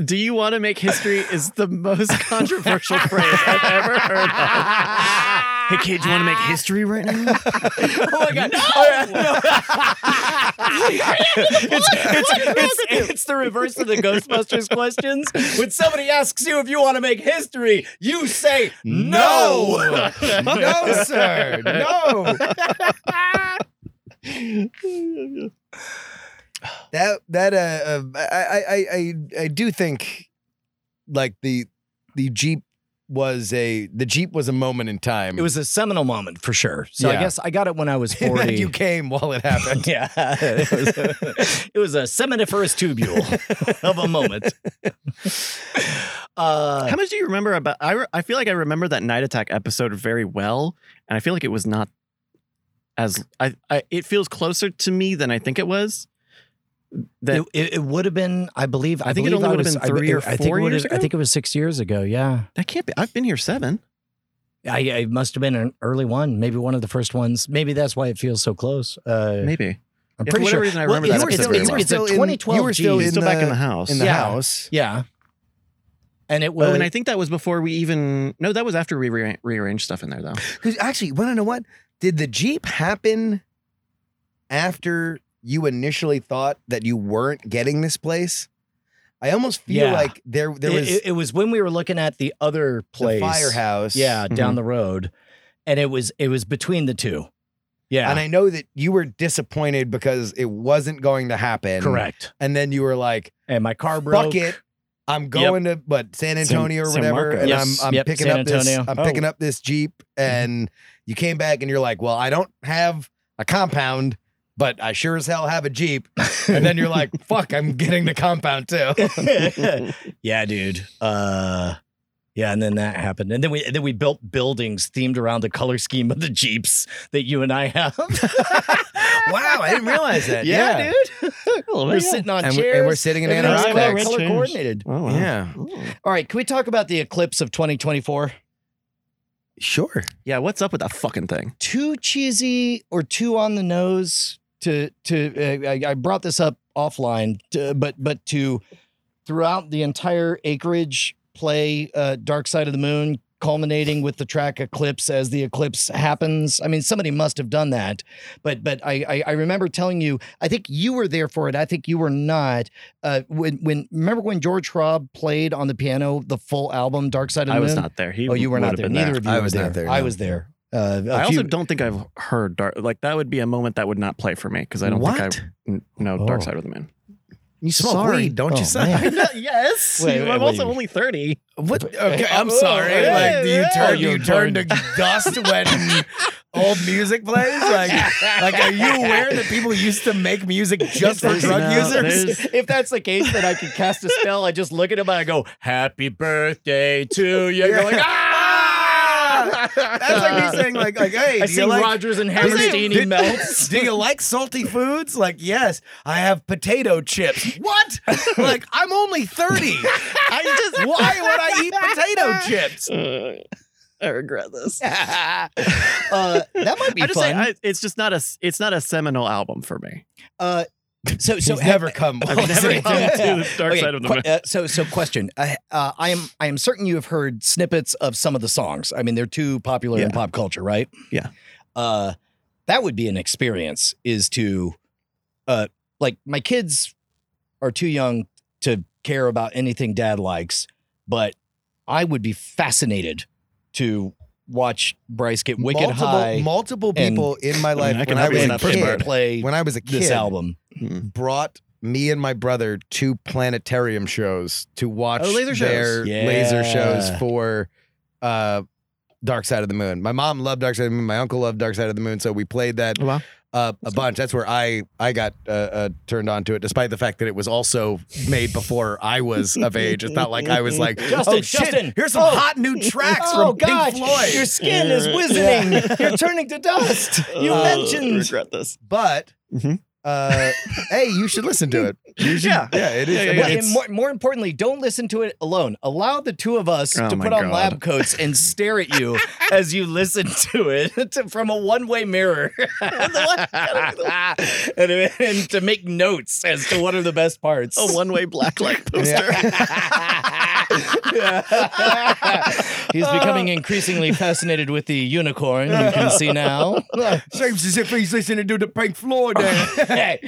[SPEAKER 1] do you want to make history is the most controversial phrase I've ever heard of. Hey, kid, you want to make history right now?
[SPEAKER 2] oh my god! All right, no. it's, it's, it's, it's the reverse of the Ghostbusters questions. When somebody asks you if you want to make history, you say no.
[SPEAKER 3] No, no, sir, no. that that uh, uh I, I I I I do think like the the Jeep was a the Jeep was a moment in time.
[SPEAKER 2] It was a seminal moment for sure. So
[SPEAKER 3] Yeah.
[SPEAKER 2] I guess I got it when I was
[SPEAKER 3] And then
[SPEAKER 2] 40.
[SPEAKER 3] you came while it happened.
[SPEAKER 2] yeah. It was, a, it was a seminiferous tubule of a moment. Uh,
[SPEAKER 1] How much do you remember about? I, re- I feel like I remember that night attack episode very well, and I feel like it was not as I, I it feels closer to me than I think it was. That
[SPEAKER 2] it, it, it would have been, I believe, I,
[SPEAKER 1] I think it
[SPEAKER 2] believe
[SPEAKER 1] only
[SPEAKER 2] I
[SPEAKER 1] would have
[SPEAKER 2] was-
[SPEAKER 1] been
[SPEAKER 2] I-
[SPEAKER 1] three or
[SPEAKER 2] I think
[SPEAKER 1] four
[SPEAKER 2] it would
[SPEAKER 1] years
[SPEAKER 2] have-
[SPEAKER 1] ago?
[SPEAKER 2] I think it was six years ago. Yeah.
[SPEAKER 1] that can't be. I've been here seven.
[SPEAKER 2] I, I must have been an early one, maybe one of the first ones. Maybe that's why it feels so close. Uh,
[SPEAKER 1] Maybe Yeah, for
[SPEAKER 2] I'm pretty
[SPEAKER 1] whatever
[SPEAKER 2] sure.
[SPEAKER 1] reason, I
[SPEAKER 2] Well,
[SPEAKER 1] remember that
[SPEAKER 2] you were
[SPEAKER 1] episode
[SPEAKER 2] still-
[SPEAKER 1] very
[SPEAKER 2] it's,
[SPEAKER 1] well.
[SPEAKER 2] it's a
[SPEAKER 3] Still in- you
[SPEAKER 2] 2012
[SPEAKER 3] were still
[SPEAKER 1] he's
[SPEAKER 2] G's.
[SPEAKER 1] still
[SPEAKER 3] in
[SPEAKER 1] back in
[SPEAKER 3] the-
[SPEAKER 1] the house.
[SPEAKER 3] in the
[SPEAKER 2] Yeah.
[SPEAKER 3] house.
[SPEAKER 2] Yeah. And it was.
[SPEAKER 1] Oh, and I think that was before we even. No, that was after we re- rearranged stuff in there, though.
[SPEAKER 3] Because actually, want to know what? Did the Jeep happen after you initially thought that you weren't getting this place? I almost feel
[SPEAKER 2] Yeah.
[SPEAKER 3] like there there
[SPEAKER 2] it,
[SPEAKER 3] was
[SPEAKER 2] it- it was when we were looking at the Mm-hmm. other
[SPEAKER 3] the
[SPEAKER 2] place.
[SPEAKER 3] firehouse.
[SPEAKER 2] Yeah, down the road. And it was it was between the two. Yeah.
[SPEAKER 3] And I know that you were disappointed because it wasn't going to happen.
[SPEAKER 2] correct.
[SPEAKER 3] And then you were like,
[SPEAKER 2] And my car broke.
[SPEAKER 3] fuck it. I'm going to what San Antonio or
[SPEAKER 1] San
[SPEAKER 3] whatever.
[SPEAKER 1] Marcos.
[SPEAKER 3] and
[SPEAKER 2] Yes.
[SPEAKER 3] I'm, I'm
[SPEAKER 2] Yep,
[SPEAKER 3] picking
[SPEAKER 2] San
[SPEAKER 3] up this
[SPEAKER 2] Antonio.
[SPEAKER 3] I'm
[SPEAKER 2] Oh.
[SPEAKER 3] picking up this Jeep. And you came back and you're like, Well, I don't have a compound, but I sure as hell have a Jeep. And then you're like, fuck, I'm getting the compound too.
[SPEAKER 2] yeah, dude. Uh yeah, and then that happened. And then we and then we built buildings themed around the color scheme of the Jeeps that you and I have.
[SPEAKER 3] wow, I didn't realize that.
[SPEAKER 2] yeah,
[SPEAKER 3] Yeah.
[SPEAKER 2] dude.
[SPEAKER 1] Oh,
[SPEAKER 2] We're sitting on
[SPEAKER 3] And, we're,
[SPEAKER 2] chairs.
[SPEAKER 3] and we're sitting in
[SPEAKER 2] Everything's
[SPEAKER 1] Antarctica.
[SPEAKER 2] well
[SPEAKER 3] Antarctica.
[SPEAKER 1] Color
[SPEAKER 2] color
[SPEAKER 1] changed.
[SPEAKER 2] coordinated.
[SPEAKER 1] Oh, wow.
[SPEAKER 3] Yeah.
[SPEAKER 2] All right, can we talk about the eclipse of 2024?
[SPEAKER 3] Sure.
[SPEAKER 1] Yeah, what's up with that fucking thing?
[SPEAKER 2] too cheesy or too on the nose to to uh, I, I brought this up offline to, but but to throughout the entire acreage play uh, dark side of the moon culminating with the track Eclipse as the eclipse happens. I mean, somebody must have done that, but but I I, I remember telling you. I think you were there for it. I think you were not. Uh, when when remember when George Robb played on the piano the full album Dark Side of the
[SPEAKER 1] I
[SPEAKER 2] Moon.
[SPEAKER 1] was not there. He
[SPEAKER 2] Oh, you were
[SPEAKER 1] would
[SPEAKER 2] not
[SPEAKER 1] have
[SPEAKER 2] there.
[SPEAKER 1] been
[SPEAKER 2] Neither of you
[SPEAKER 3] I
[SPEAKER 2] were
[SPEAKER 3] was
[SPEAKER 2] there.
[SPEAKER 3] not there,
[SPEAKER 2] I
[SPEAKER 3] no.
[SPEAKER 2] was there. Uh, a
[SPEAKER 1] I also
[SPEAKER 2] few-
[SPEAKER 1] don't think I've heard dark. Like that would be a moment that would not play for me because I don't
[SPEAKER 3] what?
[SPEAKER 1] think I n- know Dark
[SPEAKER 2] Oh.
[SPEAKER 1] Side of the Moon.
[SPEAKER 3] you smoke
[SPEAKER 2] Sorry.
[SPEAKER 3] weed, don't
[SPEAKER 2] Oh,
[SPEAKER 3] you? Son?
[SPEAKER 2] man.
[SPEAKER 1] yes,
[SPEAKER 2] Wait, wait,
[SPEAKER 1] I'm
[SPEAKER 2] what do
[SPEAKER 1] also
[SPEAKER 2] you-
[SPEAKER 1] only thirty.
[SPEAKER 3] What?
[SPEAKER 2] But-
[SPEAKER 3] Okay, I'm
[SPEAKER 2] Oh,
[SPEAKER 3] sorry.
[SPEAKER 2] hey,
[SPEAKER 3] like, do you
[SPEAKER 2] hey.
[SPEAKER 3] turn
[SPEAKER 2] Oh,
[SPEAKER 3] you
[SPEAKER 2] you're
[SPEAKER 3] turn to
[SPEAKER 2] turned-
[SPEAKER 3] dust when old music plays? Like, like, are you aware that people used to make music just for
[SPEAKER 1] There's
[SPEAKER 3] drug
[SPEAKER 1] no-
[SPEAKER 3] users?
[SPEAKER 1] there's-
[SPEAKER 4] if that's the case, then I can cast a spell. I just look at him and I go,
[SPEAKER 2] Happy birthday to you.
[SPEAKER 3] Yeah.
[SPEAKER 2] You're like, ah!
[SPEAKER 3] Ah! That's like me saying, like, like, hey,
[SPEAKER 4] I
[SPEAKER 3] do
[SPEAKER 4] see
[SPEAKER 3] you like?
[SPEAKER 4] Rogers and
[SPEAKER 3] do you-
[SPEAKER 4] Hammerstein
[SPEAKER 3] do-
[SPEAKER 4] melts.
[SPEAKER 3] Do you like salty foods? Like, yes, I have potato chips. What? like, I'm only 30. I just, why would I eat potato chips?
[SPEAKER 1] Uh, I regret this.
[SPEAKER 2] uh, that might be
[SPEAKER 1] I just say
[SPEAKER 2] fun.
[SPEAKER 1] I, it's just not a s- it's not a seminal album for me.
[SPEAKER 2] uh, so so
[SPEAKER 3] He's never come.
[SPEAKER 1] I've never
[SPEAKER 2] see.
[SPEAKER 1] come to the dark
[SPEAKER 2] Oh, Okay,
[SPEAKER 1] side of the
[SPEAKER 2] que-
[SPEAKER 1] moon.
[SPEAKER 2] uh, so, so question. I, uh, I am, I am certain you have heard snippets of some of the songs. I mean, they're too popular in
[SPEAKER 1] Yeah.
[SPEAKER 2] pop culture, right?
[SPEAKER 1] Yeah.
[SPEAKER 2] Uh, that would be an experience. Is to, uh, like my kids are too young to care about anything dad likes, but I would be fascinated to watch Bryce get wicked
[SPEAKER 3] multiple,
[SPEAKER 2] high
[SPEAKER 3] Multiple
[SPEAKER 2] and-
[SPEAKER 3] people in my life
[SPEAKER 1] I can
[SPEAKER 3] when I
[SPEAKER 1] help you
[SPEAKER 3] was
[SPEAKER 1] with
[SPEAKER 3] a
[SPEAKER 1] that first
[SPEAKER 3] kid,
[SPEAKER 1] part.
[SPEAKER 2] play
[SPEAKER 3] when I was a kid,
[SPEAKER 2] this album.
[SPEAKER 3] brought me and my brother to planetarium shows to watch
[SPEAKER 1] Oh, laser shows.
[SPEAKER 3] their laser shows
[SPEAKER 2] Yeah.
[SPEAKER 3] for uh, Dark Side of the Moon. My mom loved Dark Side of the Moon. My uncle loved Dark Side of the Moon, so we played that
[SPEAKER 1] Oh, wow.
[SPEAKER 3] uh, a bunch. That's where I I got uh, uh, turned on to it, despite the fact that it was also made before I was of age. It's not like I was like,
[SPEAKER 2] Justin,
[SPEAKER 3] oh shit,
[SPEAKER 2] Justin.
[SPEAKER 3] here's some
[SPEAKER 2] Oh.
[SPEAKER 3] hot new tracks
[SPEAKER 2] oh,
[SPEAKER 3] from Pink
[SPEAKER 2] God,
[SPEAKER 3] Floyd.
[SPEAKER 2] Your skin is
[SPEAKER 1] Yeah.
[SPEAKER 2] wizening. You're turning to dust. You
[SPEAKER 1] Uh, I
[SPEAKER 2] mentioned.
[SPEAKER 1] regret this.
[SPEAKER 3] but
[SPEAKER 1] Mhm.
[SPEAKER 3] uh, hey, you should listen to it. You should,
[SPEAKER 1] Yeah.
[SPEAKER 3] yeah, it is.
[SPEAKER 1] Yeah, yeah,
[SPEAKER 3] I mean,
[SPEAKER 1] yeah.
[SPEAKER 2] Well, and
[SPEAKER 1] it's-
[SPEAKER 2] more, more importantly, don't listen to it alone. Allow the two of us
[SPEAKER 1] Oh
[SPEAKER 2] to
[SPEAKER 1] my
[SPEAKER 2] put on
[SPEAKER 1] God.
[SPEAKER 2] lab coats and stare at you as you listen to it to- from a one-way mirror, and, and to make notes as to what are the best parts.
[SPEAKER 1] A one way blacklight poster.
[SPEAKER 2] He's becoming increasingly fascinated with the unicorn. You can see now.
[SPEAKER 3] Seems as if he's listening to the Pink Floyd.
[SPEAKER 2] Hey.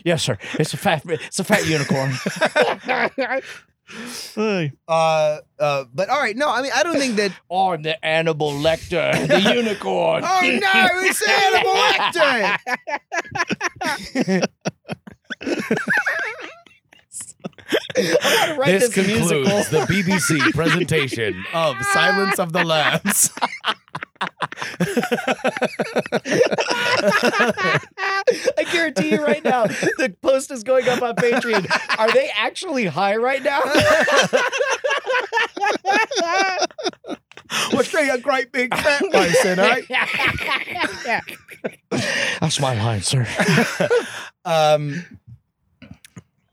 [SPEAKER 2] yes, sir. It's a fat. It's a fat unicorn.
[SPEAKER 1] Hey.
[SPEAKER 3] uh, uh, but all right, no, I mean, I don't think that.
[SPEAKER 2] I'm the Annibal Lecter, the unicorn.
[SPEAKER 3] Oh no, it's Animal Actor.
[SPEAKER 2] I gotta write this, musical.
[SPEAKER 3] the BBC presentation of Silence of the Lambs.
[SPEAKER 2] I guarantee you right now, the post is going up on Patreon. Are they actually high right now?
[SPEAKER 3] Was she a great big fat person, eh?
[SPEAKER 2] That's my line, sir.
[SPEAKER 3] Um,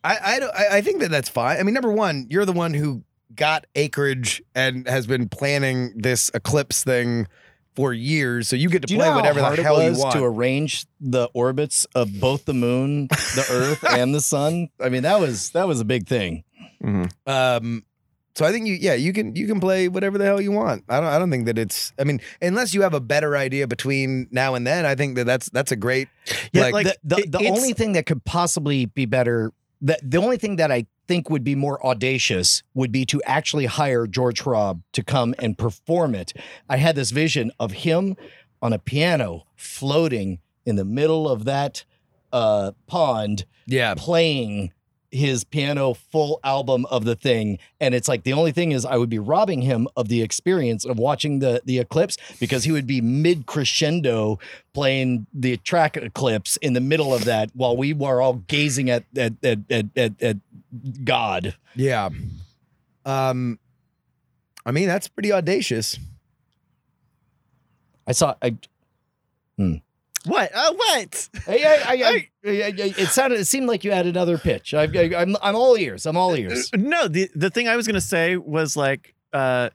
[SPEAKER 3] I I, don't, I I think that that's fine. I mean, number one, you're the one who got acreage and has been planning this eclipse thing for years, so you get to
[SPEAKER 2] Do you
[SPEAKER 3] play
[SPEAKER 2] know
[SPEAKER 3] whatever
[SPEAKER 2] how hard
[SPEAKER 3] the hell
[SPEAKER 2] it
[SPEAKER 3] you
[SPEAKER 2] was
[SPEAKER 3] want.
[SPEAKER 2] to arrange the orbits of both the moon, the Earth, and the sun? I mean, that was that was a big thing.
[SPEAKER 3] Um, so I think you, yeah, you can you can play whatever the hell you want. I don't I don't think that it's. I mean, unless you have a better idea between now and then, I think that that's that's a great.
[SPEAKER 1] Yeah,
[SPEAKER 3] like,
[SPEAKER 1] like,
[SPEAKER 2] the the,
[SPEAKER 1] it-
[SPEAKER 2] the
[SPEAKER 1] it's-
[SPEAKER 2] only thing that could possibly be better, the, the only thing that I think would be more audacious would be to actually hire George Robb to come and perform it. I had this vision of him on a piano floating in the middle of that uh, pond
[SPEAKER 3] yeah.
[SPEAKER 2] playing his piano full album of the thing and it's like the only thing is i would be robbing him of the experience of watching the the eclipse because he would be mid crescendo playing the track eclipse in the middle of that while we were all gazing at at at at, at, at god
[SPEAKER 3] Yeah. Um, I mean that's pretty audacious.
[SPEAKER 2] i saw i
[SPEAKER 1] What? Oh, what?
[SPEAKER 2] I, I, I, I, I- I- it sounded it seemed like you had another pitch I, I, i'm i'm all ears i'm all ears
[SPEAKER 1] No, the the thing I was gonna say was like uh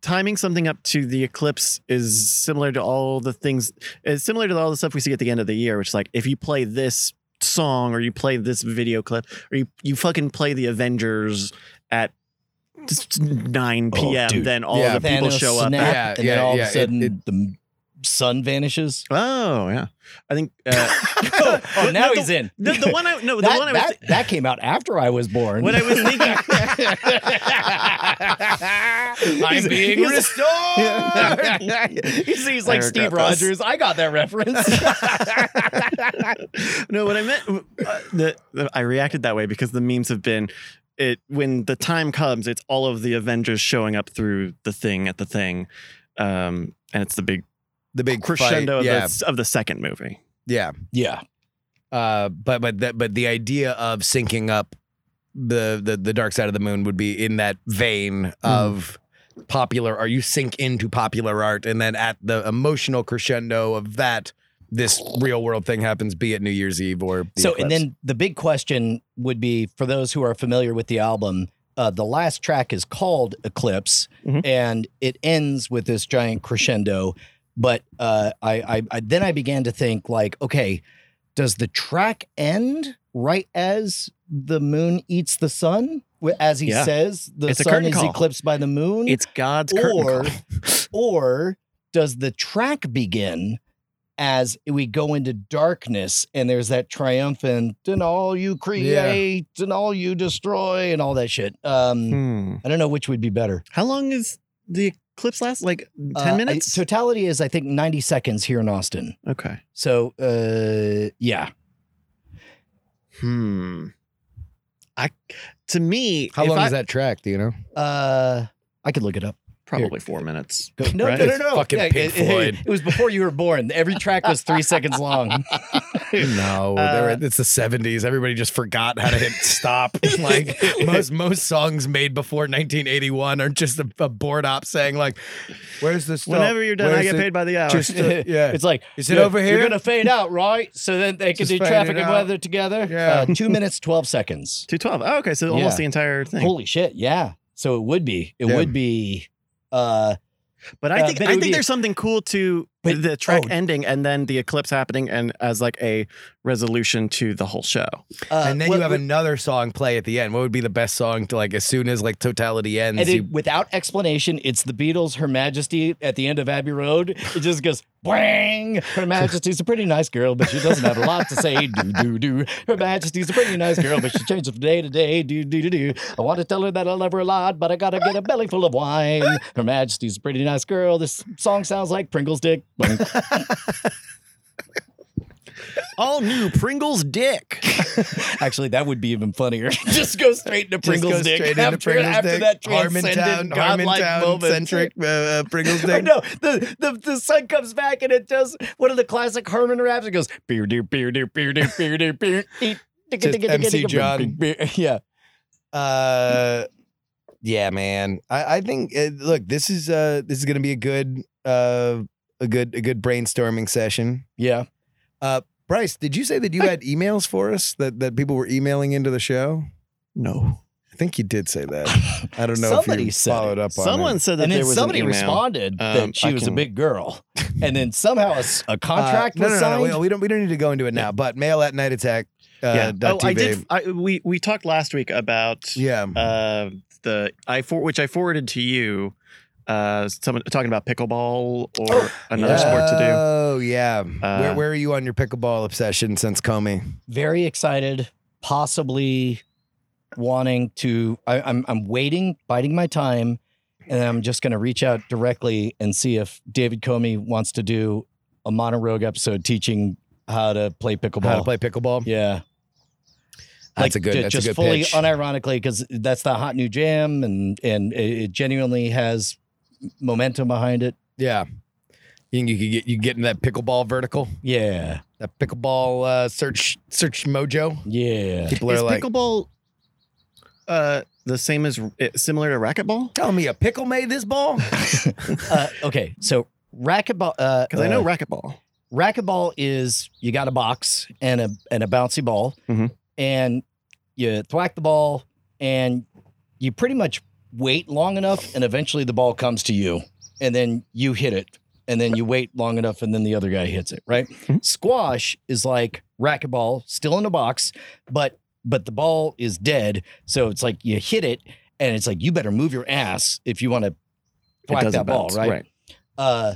[SPEAKER 1] timing something up to the eclipse is similar to all the things it's similar to all the stuff we see at the end of the year, which is like if you play this song or you play this video clip or you, you fucking play the Avengers at just 9
[SPEAKER 2] Oh,
[SPEAKER 1] p.m.
[SPEAKER 2] dude.
[SPEAKER 1] then all
[SPEAKER 3] Yeah.
[SPEAKER 1] the people
[SPEAKER 2] Thanos
[SPEAKER 1] show up.
[SPEAKER 2] snap,
[SPEAKER 3] Yeah,
[SPEAKER 2] and
[SPEAKER 3] yeah,
[SPEAKER 2] then all
[SPEAKER 3] yeah,
[SPEAKER 2] of
[SPEAKER 3] it-
[SPEAKER 2] a sudden
[SPEAKER 3] it-
[SPEAKER 2] the sun vanishes.
[SPEAKER 1] Oh yeah, I think uh,
[SPEAKER 2] Oh, oh, now
[SPEAKER 1] the-
[SPEAKER 2] he's in.
[SPEAKER 1] the, the one I no the
[SPEAKER 2] that,
[SPEAKER 1] one I was
[SPEAKER 2] that, that came out after I was born.
[SPEAKER 1] what I was thinking
[SPEAKER 2] I'm being
[SPEAKER 1] he's-
[SPEAKER 2] restored. he's, he's like
[SPEAKER 1] I regret
[SPEAKER 2] Steve
[SPEAKER 1] this.
[SPEAKER 2] Rogers. I got that reference.
[SPEAKER 1] no, what I meant, uh, the, the, I reacted that way because the memes have been it when the time comes, it's all of the Avengers showing up through the thing at the thing, um, and it's the big
[SPEAKER 3] the big
[SPEAKER 1] crescendo
[SPEAKER 3] Fight.
[SPEAKER 1] of,
[SPEAKER 3] Yeah,
[SPEAKER 1] the, of the second movie.
[SPEAKER 3] yeah.
[SPEAKER 2] yeah.
[SPEAKER 3] Uh, but but that but the idea of syncing up the, the the dark side of the moon would be in that vein of popular or you sink into popular art and then at the emotional crescendo of that this real world thing happens be it new year's eve or the
[SPEAKER 2] so and
[SPEAKER 3] eclipse.
[SPEAKER 2] then the big question would be for those who are familiar with the album uh, the last track is called eclipse
[SPEAKER 1] Mhm.
[SPEAKER 2] and it ends with this giant crescendo but uh, I, I, I then i began to think like okay does the track end right as the moon eats the sun Wh- as he
[SPEAKER 1] Yeah.
[SPEAKER 2] says the
[SPEAKER 1] It's a
[SPEAKER 2] sun
[SPEAKER 1] curtain
[SPEAKER 2] is
[SPEAKER 1] call.
[SPEAKER 2] eclipsed by the moon
[SPEAKER 1] It's God's curtain
[SPEAKER 2] or
[SPEAKER 1] call.
[SPEAKER 2] or does the track begin as we go into darkness and there's that triumphant and all you create and all you destroy and all that shit um
[SPEAKER 1] Hmm.
[SPEAKER 2] i don't know which would be better
[SPEAKER 1] How long is the eclipse last? Like
[SPEAKER 2] Uh,
[SPEAKER 1] ten
[SPEAKER 2] I-
[SPEAKER 1] minutes?
[SPEAKER 2] totality is i think 90 seconds here in austin
[SPEAKER 1] okay.
[SPEAKER 2] so uh yeah
[SPEAKER 1] Hmm. I to me,
[SPEAKER 3] how
[SPEAKER 1] if
[SPEAKER 3] long
[SPEAKER 1] I-
[SPEAKER 3] is that track do you know
[SPEAKER 2] uh i could look it up
[SPEAKER 1] Probably four minutes.
[SPEAKER 2] Go- no,
[SPEAKER 1] Right.
[SPEAKER 2] no no no
[SPEAKER 3] Fucking
[SPEAKER 2] Yeah,
[SPEAKER 3] Pink
[SPEAKER 2] it- it-
[SPEAKER 3] Floyd.
[SPEAKER 2] it was before you were born every track was three seconds long
[SPEAKER 3] no
[SPEAKER 1] Uh,
[SPEAKER 3] they were- it's the 70s everybody just forgot how to hit stop like most most songs made before 1981 are just a, a board op saying like where's the stop?
[SPEAKER 1] Whenever you're done,
[SPEAKER 3] Where's
[SPEAKER 1] I get
[SPEAKER 3] it?
[SPEAKER 1] paid by the hour.
[SPEAKER 3] just uh, yeah
[SPEAKER 2] It's like
[SPEAKER 3] Is it
[SPEAKER 2] you're-
[SPEAKER 3] over
[SPEAKER 2] You're
[SPEAKER 3] here?
[SPEAKER 2] gonna fade out, right? So then they can
[SPEAKER 3] Just
[SPEAKER 2] do
[SPEAKER 3] fade
[SPEAKER 2] traffic
[SPEAKER 3] it
[SPEAKER 2] and
[SPEAKER 3] out.
[SPEAKER 2] weather together.
[SPEAKER 3] Yeah.
[SPEAKER 2] Uh, two minutes twelve seconds.
[SPEAKER 1] Two twelve. Oh, okay. So almost
[SPEAKER 2] Yeah.
[SPEAKER 1] the entire thing.
[SPEAKER 2] Holy shit! Yeah. So it would be. It
[SPEAKER 3] Yeah.
[SPEAKER 2] would be. Uh,
[SPEAKER 1] But I
[SPEAKER 2] Uh,
[SPEAKER 1] think
[SPEAKER 2] but it
[SPEAKER 1] I
[SPEAKER 2] would
[SPEAKER 1] think
[SPEAKER 2] be-
[SPEAKER 1] there's something cool to
[SPEAKER 2] But-
[SPEAKER 1] the track
[SPEAKER 2] oh.
[SPEAKER 1] ending and then the eclipse happening and as like a resolution to the whole show.
[SPEAKER 2] uh,
[SPEAKER 3] and then
[SPEAKER 2] what-
[SPEAKER 3] you have
[SPEAKER 2] what-
[SPEAKER 3] another song play at the end. What would be the best song to like as soon as like totality ends?
[SPEAKER 2] and
[SPEAKER 3] you,
[SPEAKER 2] it, without explanation, it's the Beatles, Her Majesty at the end of Abbey Road. It just goes bang. Her Majesty's a pretty nice girl, but she doesn't have a lot to say. Do do do. Her Majesty's a pretty nice girl, but she changes from day to day. Do do do do. I want to tell her that I love her a lot, but I gotta get a belly full of wine. Her Majesty's a pretty nice girl. This song sounds like Pringles dick. Blank.
[SPEAKER 1] All new Pringles dick.
[SPEAKER 2] Actually, that would be even funnier. just go straight into
[SPEAKER 3] just
[SPEAKER 2] Pringles
[SPEAKER 3] goes
[SPEAKER 2] dick
[SPEAKER 3] straight into
[SPEAKER 2] after,
[SPEAKER 3] Pringles
[SPEAKER 2] after
[SPEAKER 3] Dick,
[SPEAKER 2] that
[SPEAKER 3] Harmontown-
[SPEAKER 2] transcendent godlike
[SPEAKER 3] Harmontown
[SPEAKER 2] moment.
[SPEAKER 3] centric uh, uh, Pringles
[SPEAKER 2] I
[SPEAKER 3] dick.
[SPEAKER 2] know the, the the sun comes back and it does one of the classic Herman raps. It goes beer deer beer deer beer deer beer deer beer. eat, digga,
[SPEAKER 3] Just
[SPEAKER 2] digga, digga,
[SPEAKER 3] MC
[SPEAKER 2] digga,
[SPEAKER 3] John.
[SPEAKER 2] beer, beer, beer. Yeah,
[SPEAKER 3] Uh, yeah, man. I, I think uh, look, this is uh this is gonna be a good uh a good a good brainstorming session.
[SPEAKER 2] yeah.
[SPEAKER 3] Bryce, did you say that you had emails for us that that people were emailing into the show?
[SPEAKER 1] No.
[SPEAKER 3] I think you did say that. I don't know
[SPEAKER 2] Somebody
[SPEAKER 3] if
[SPEAKER 2] said
[SPEAKER 3] you followed up on
[SPEAKER 1] Someone
[SPEAKER 3] it.
[SPEAKER 1] said that
[SPEAKER 2] And
[SPEAKER 1] there
[SPEAKER 2] then
[SPEAKER 1] was
[SPEAKER 2] somebody
[SPEAKER 1] an email.
[SPEAKER 2] responded
[SPEAKER 1] Um,
[SPEAKER 2] that she
[SPEAKER 1] I
[SPEAKER 2] was
[SPEAKER 1] can-
[SPEAKER 2] a big girl, and then somehow a, s- a
[SPEAKER 3] Uh,
[SPEAKER 2] contract
[SPEAKER 3] no,
[SPEAKER 2] was
[SPEAKER 3] no, no,
[SPEAKER 2] signed.
[SPEAKER 3] no, we, we don't. We don't need to go into it now. But mail at night attack. Uh,
[SPEAKER 1] yeah.
[SPEAKER 3] dot
[SPEAKER 1] oh, I
[SPEAKER 3] TV.
[SPEAKER 1] did. I, we we talked last week about
[SPEAKER 3] Yeah.
[SPEAKER 1] uh, the I for which I forwarded to you. Uh, someone talking about pickleball or another
[SPEAKER 2] yeah.
[SPEAKER 1] sport to do.
[SPEAKER 3] Oh yeah.
[SPEAKER 1] Uh,
[SPEAKER 3] where, where are you on your pickleball obsession since Comey?
[SPEAKER 2] very excited, possibly wanting to. I, I'm I'm waiting, biding my time, and I'm just going to reach out directly and see if David Comey wants to do a monologue episode teaching how to play pickleball.
[SPEAKER 1] Oh.
[SPEAKER 3] How to play pickleball?
[SPEAKER 2] Yeah,
[SPEAKER 3] That's a good-
[SPEAKER 2] ju-
[SPEAKER 3] that's a
[SPEAKER 2] just
[SPEAKER 3] good
[SPEAKER 2] fully
[SPEAKER 3] pitch.
[SPEAKER 2] unironically because that's the hot new jam, and and it, it genuinely has momentum behind it.
[SPEAKER 3] Yeah. You think you could get you get in that pickleball vertical?
[SPEAKER 2] Yeah,
[SPEAKER 3] That pickleball uh, search search mojo.
[SPEAKER 2] yeah.
[SPEAKER 3] People
[SPEAKER 1] Is
[SPEAKER 3] are like,
[SPEAKER 1] pickleball uh, the same as similar to racquetball?
[SPEAKER 3] tell me a pickle made this ball?
[SPEAKER 2] Uh, okay, so racquetball. uh,
[SPEAKER 1] Because I know
[SPEAKER 2] uh,
[SPEAKER 1] racquetball.
[SPEAKER 2] racquetball is you got a box and a and a bouncy ball,
[SPEAKER 1] Mhm.
[SPEAKER 2] and you thwack the ball, and you pretty much wait long enough, and eventually the ball comes to you, and then you hit it, and then you wait long enough, and then the other guy hits it. Right?
[SPEAKER 1] Mhm.
[SPEAKER 2] Squash is like racquetball, still in a box, but but the ball is dead, so it's like you hit it. and it's like you better move your ass if you want to whack
[SPEAKER 1] doesn't
[SPEAKER 2] that ball,
[SPEAKER 1] bounce.
[SPEAKER 2] right? Uh,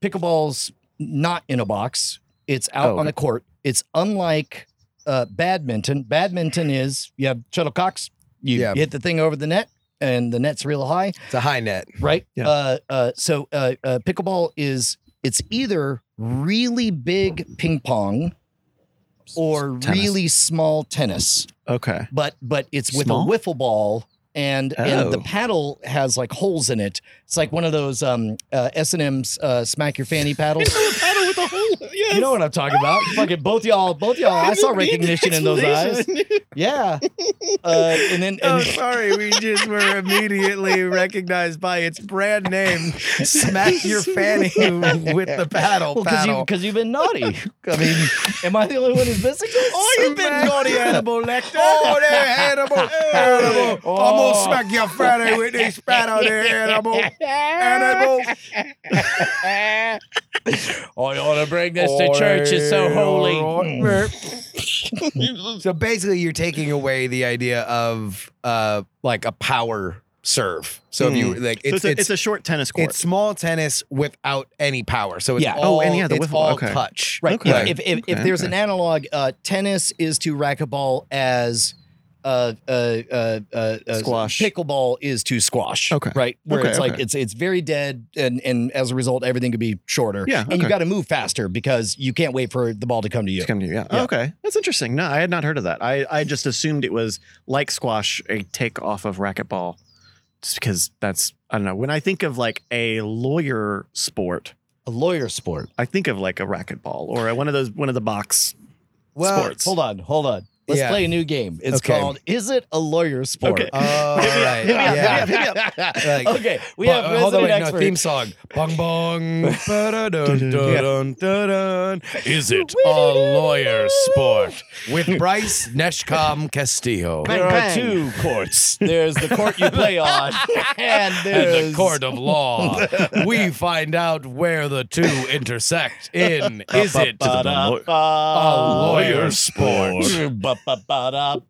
[SPEAKER 2] pickleball's not in a box; it's out
[SPEAKER 1] Oh,
[SPEAKER 2] on
[SPEAKER 1] okay.
[SPEAKER 2] the court. It's unlike uh, badminton. Badminton is you have shuttlecocks, you
[SPEAKER 3] Yeah.
[SPEAKER 2] hit the thing over the net, and the net's real high
[SPEAKER 3] It's a high net.
[SPEAKER 2] right?
[SPEAKER 1] Mm-hmm. Yeah.
[SPEAKER 2] Uh, uh, so uh, uh, pickleball is it's either really big ping pong or
[SPEAKER 1] Tennis.
[SPEAKER 2] really small tennis,
[SPEAKER 1] Okay.
[SPEAKER 2] but but it's with
[SPEAKER 1] Small?
[SPEAKER 2] a wiffle ball. And, and the
[SPEAKER 1] Oh.
[SPEAKER 2] paddle has like holes in it. It's like one of those um, uh, S&M's uh, smack your fanny paddles.
[SPEAKER 1] paddle with a hole. Yes.
[SPEAKER 2] You know what I'm talking about? Fucking both y'all, both y'all. I saw recognition in those eyes. Yeah. Uh, and then
[SPEAKER 3] Oh,
[SPEAKER 2] and,
[SPEAKER 3] sorry. We just were immediately recognized by its brand name. Smack your fanny with the paddle.
[SPEAKER 2] well, because you
[SPEAKER 3] paddle.
[SPEAKER 2] because you've been naughty. I mean, am I the only one who's missing? this?
[SPEAKER 3] Oh, you've been naughty,
[SPEAKER 2] Hannibal Lecter.
[SPEAKER 3] Oh, there, Hannibal. Hannibal.
[SPEAKER 2] Oh.
[SPEAKER 3] I'm going to smack your fanny with this paddle there, Hannibal. Hannibal.
[SPEAKER 4] I ought to bring this to church. It's so holy.
[SPEAKER 3] so basically, you're taking away the idea of uh, like a power serve. So if you like,
[SPEAKER 1] Hmm. So it's,
[SPEAKER 3] it's
[SPEAKER 1] a,
[SPEAKER 3] it's,
[SPEAKER 1] it's a short tennis court.
[SPEAKER 3] it's small tennis without any power. So it's
[SPEAKER 2] Yeah.
[SPEAKER 3] all,
[SPEAKER 1] Oh, and yeah, the
[SPEAKER 3] it's
[SPEAKER 1] wiffle-
[SPEAKER 3] all
[SPEAKER 1] okay.
[SPEAKER 3] touch.
[SPEAKER 2] Right.
[SPEAKER 1] Okay.
[SPEAKER 2] yeah, If, if, if
[SPEAKER 1] Okay,
[SPEAKER 2] there's
[SPEAKER 1] okay.
[SPEAKER 2] an analog, uh, tennis is to racquetball as uh, uh, uh, uh, uh,
[SPEAKER 1] Squash.
[SPEAKER 2] Pickleball is to squash.
[SPEAKER 1] Okay.
[SPEAKER 2] Right. Where
[SPEAKER 1] Okay,
[SPEAKER 2] it's like
[SPEAKER 1] okay.
[SPEAKER 2] it's it's very dead, and and as a result, everything could be shorter.
[SPEAKER 1] Yeah,
[SPEAKER 2] And you
[SPEAKER 1] okay.
[SPEAKER 2] got to move faster because you can't wait for the ball to come to you.
[SPEAKER 1] To come to you, yeah.
[SPEAKER 2] Yeah.
[SPEAKER 1] okay, that's interesting. No, I had not heard of that. I, I just assumed it was like squash, a take off of racquetball, just because that's I don't know. When I think of like a lawyer sport,
[SPEAKER 2] A lawyer sport.
[SPEAKER 1] I think of like a racquetball or a, one of those one of the box
[SPEAKER 3] Well,
[SPEAKER 1] sports.
[SPEAKER 2] Hold on. Hold on. Let's
[SPEAKER 3] Yeah.
[SPEAKER 2] play a new game. It's
[SPEAKER 3] Okay.
[SPEAKER 2] called "Is It a Lawyer Sport?"
[SPEAKER 1] Okay.
[SPEAKER 3] All right. yeah. Like-
[SPEAKER 2] okay, we
[SPEAKER 3] But-
[SPEAKER 2] have
[SPEAKER 3] uh,
[SPEAKER 2] resident
[SPEAKER 3] hold on, wait, no,
[SPEAKER 2] expert.
[SPEAKER 3] theme song. Bong bong. Ba-da-dun, da-dun, da-dun. Is it a lawyer sport? With Bryce Neshcom Castillo.
[SPEAKER 2] There are two courts. There's the court you play on, and
[SPEAKER 3] At
[SPEAKER 2] there's
[SPEAKER 3] the court of law, we find out where the two intersect in Is It a Lawyer Sport?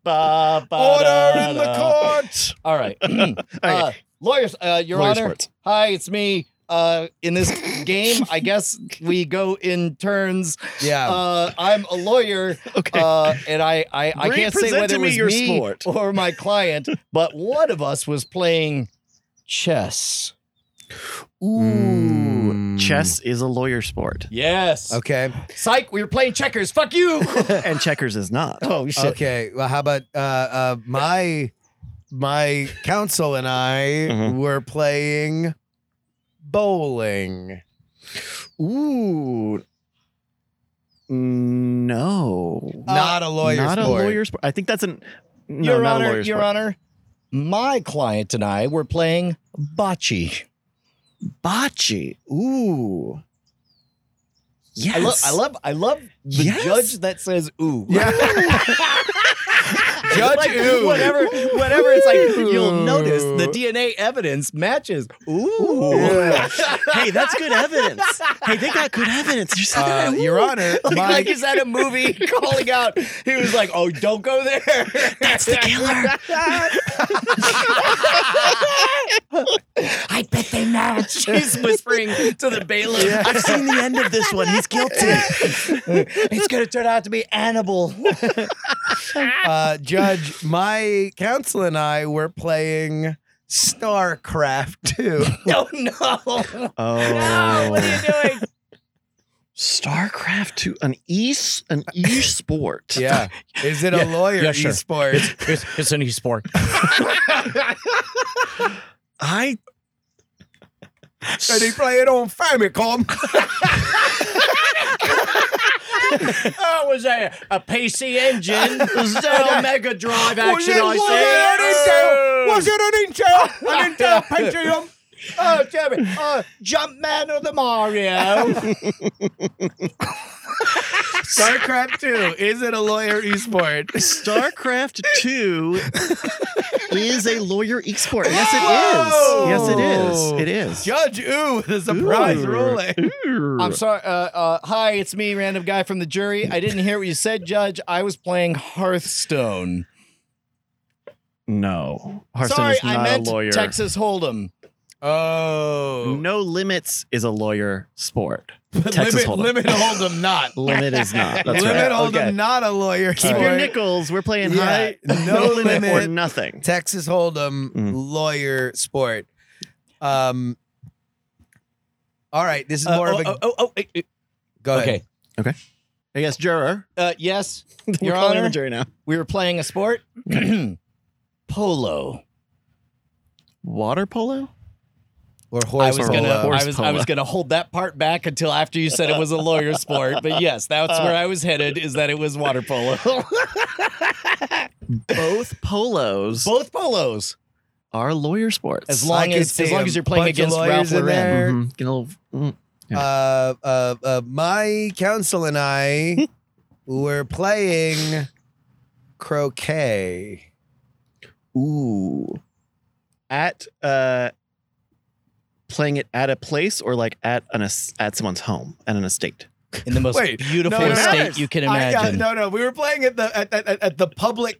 [SPEAKER 3] Order in the court!
[SPEAKER 2] All right, uh, lawyers, uh, Your
[SPEAKER 1] Lawyer
[SPEAKER 2] Honor.
[SPEAKER 1] sports.
[SPEAKER 2] Hi, it's me. Uh, in this game, I guess we go in turns.
[SPEAKER 3] Yeah.
[SPEAKER 2] Uh, I'm a lawyer,
[SPEAKER 1] Okay.
[SPEAKER 2] uh, and I I, I
[SPEAKER 1] Bring-
[SPEAKER 2] can't say
[SPEAKER 1] present
[SPEAKER 2] whether
[SPEAKER 1] to
[SPEAKER 2] it
[SPEAKER 1] me
[SPEAKER 2] was
[SPEAKER 1] your
[SPEAKER 2] me
[SPEAKER 1] sport.
[SPEAKER 2] or my client, but one of us was playing chess. Uh,
[SPEAKER 1] Ooh,
[SPEAKER 3] Mm.
[SPEAKER 1] chess is a lawyer sport,
[SPEAKER 4] Yes.
[SPEAKER 3] Okay.
[SPEAKER 2] Psych, we were playing checkers. Fuck you.
[SPEAKER 1] and checkers is not.
[SPEAKER 2] oh shit.
[SPEAKER 3] Okay. Well, how about uh, uh, my my counsel and I
[SPEAKER 1] Mhm.
[SPEAKER 2] Mm-hmm.
[SPEAKER 3] were playing bowling.
[SPEAKER 1] Ooh, no,
[SPEAKER 2] Uh,
[SPEAKER 3] not a lawyer
[SPEAKER 1] not
[SPEAKER 3] sport.
[SPEAKER 1] a lawyer sport. I think that's an no,
[SPEAKER 2] Your
[SPEAKER 1] not a
[SPEAKER 2] Honor,
[SPEAKER 1] lawyer
[SPEAKER 2] Your
[SPEAKER 1] sport.
[SPEAKER 2] Honor, my client and I were playing bocce.
[SPEAKER 1] Bocce. Ooh. Yes.
[SPEAKER 2] I love, I love, I love the
[SPEAKER 1] Yes.
[SPEAKER 2] judge that says "ooh."
[SPEAKER 3] Yeah. Judge
[SPEAKER 2] like,
[SPEAKER 3] ooh.
[SPEAKER 2] whatever, whatever. It's like you'll
[SPEAKER 3] Ooh.
[SPEAKER 2] notice the DNA evidence matches. Ooh,
[SPEAKER 3] Yeah.
[SPEAKER 1] hey, that's good evidence. Hey, they got good evidence. You said
[SPEAKER 3] Uh,
[SPEAKER 1] that. Ooh.
[SPEAKER 3] Your Honor,
[SPEAKER 2] like,
[SPEAKER 3] my
[SPEAKER 2] like he's at a movie calling out. He was like, "Oh, don't go there."
[SPEAKER 4] That's the killer.
[SPEAKER 2] I bet they match. He's whispering to the bailiff.
[SPEAKER 1] I've seen the end of this one. He's guilty.
[SPEAKER 2] It's gonna turn out to be Annibal.
[SPEAKER 3] uh, judge, my counsel and I were playing StarCraft 2.
[SPEAKER 2] no, no.
[SPEAKER 1] Oh.
[SPEAKER 2] what are you doing?
[SPEAKER 1] StarCraft 2, an e an e sport.
[SPEAKER 3] Yeah. Is it a lawyer
[SPEAKER 4] yeah, sure.
[SPEAKER 3] esport?
[SPEAKER 4] It's, it's an e-sport.
[SPEAKER 1] I
[SPEAKER 3] And he play it on Famicom.
[SPEAKER 4] Oh, it was a, a PC engine. It was a Mega Drive
[SPEAKER 3] Was
[SPEAKER 4] action,
[SPEAKER 3] it, was
[SPEAKER 4] I
[SPEAKER 3] it an Intel? Was it
[SPEAKER 4] see.
[SPEAKER 3] an Intel? An Intel Pentium?
[SPEAKER 2] Oh, Jeremy. Oh, Jumpman of the Mario.
[SPEAKER 3] StarCraft 2, is it a lawyer esport?
[SPEAKER 1] StarCraft 2 is a lawyer e sport. Yes,
[SPEAKER 3] Whoa!
[SPEAKER 1] it is. Yes, it is. It is.
[SPEAKER 3] Judge Ooh, the surprise
[SPEAKER 1] Ooh.
[SPEAKER 3] ruling.
[SPEAKER 2] I'm sorry. Uh, uh, hi, it's me, random guy from the jury. I didn't hear what you said, Judge. I was playing Hearthstone.
[SPEAKER 1] No, Hearthstone
[SPEAKER 2] Sorry,
[SPEAKER 1] is not
[SPEAKER 2] I meant
[SPEAKER 1] a lawyer.
[SPEAKER 2] Texas Hold'em.
[SPEAKER 3] Oh.
[SPEAKER 1] No limits is a lawyer sport.
[SPEAKER 3] But
[SPEAKER 1] Mm, Texas Hold'em.
[SPEAKER 3] limit, limit hold'em not.
[SPEAKER 1] Limit is not. That's right.
[SPEAKER 3] limit hold'em
[SPEAKER 1] Okay.
[SPEAKER 3] not a lawyer.
[SPEAKER 1] Keep
[SPEAKER 3] sport.
[SPEAKER 1] your nickels. We're playing
[SPEAKER 3] Yeah,
[SPEAKER 1] high.
[SPEAKER 3] no
[SPEAKER 1] limit, or
[SPEAKER 3] limit.
[SPEAKER 1] nothing.
[SPEAKER 3] Texas Hold'em
[SPEAKER 2] Mm-hmm.
[SPEAKER 1] Mm.
[SPEAKER 3] lawyer sport. Um. All right, this is
[SPEAKER 2] Uh,
[SPEAKER 3] more
[SPEAKER 2] oh,
[SPEAKER 3] of a
[SPEAKER 2] oh, oh, oh, eh, eh,
[SPEAKER 3] go ahead.
[SPEAKER 2] okay.
[SPEAKER 1] I guess juror.
[SPEAKER 2] Uh, yes,
[SPEAKER 1] We're
[SPEAKER 2] Your
[SPEAKER 1] calling him a
[SPEAKER 2] Honor.
[SPEAKER 1] jury now.
[SPEAKER 2] we were playing a sport. Polo.
[SPEAKER 1] Water polo.
[SPEAKER 3] Or
[SPEAKER 2] I
[SPEAKER 3] horse.
[SPEAKER 2] was
[SPEAKER 1] polo.
[SPEAKER 2] gonna,
[SPEAKER 1] Horse
[SPEAKER 2] I was, I
[SPEAKER 1] polo.
[SPEAKER 2] was gonna hold that part back until after you said it was a lawyer sport. But yes, that's where I was headed. Is that it was water polo?
[SPEAKER 1] Both polos
[SPEAKER 2] Both polos.
[SPEAKER 1] are lawyer sports.
[SPEAKER 2] As long
[SPEAKER 3] I could
[SPEAKER 2] as
[SPEAKER 3] see
[SPEAKER 2] as long
[SPEAKER 3] a
[SPEAKER 2] as you're playing
[SPEAKER 3] bunch of
[SPEAKER 2] against Ralph
[SPEAKER 3] lawyers in
[SPEAKER 2] Lauren.
[SPEAKER 3] there.
[SPEAKER 1] Mhm. Get a little- mm. Yeah.
[SPEAKER 3] uh, uh, uh, my counsel and I were playing croquet.
[SPEAKER 1] Ooh. At uh playing it at a place or like at an es- at someone's home at an estate.
[SPEAKER 2] in the most
[SPEAKER 3] Wait,
[SPEAKER 2] beautiful
[SPEAKER 3] no,
[SPEAKER 1] no, no.
[SPEAKER 2] state you can imagine.
[SPEAKER 3] no, no, we were playing at the at, at, at- at the public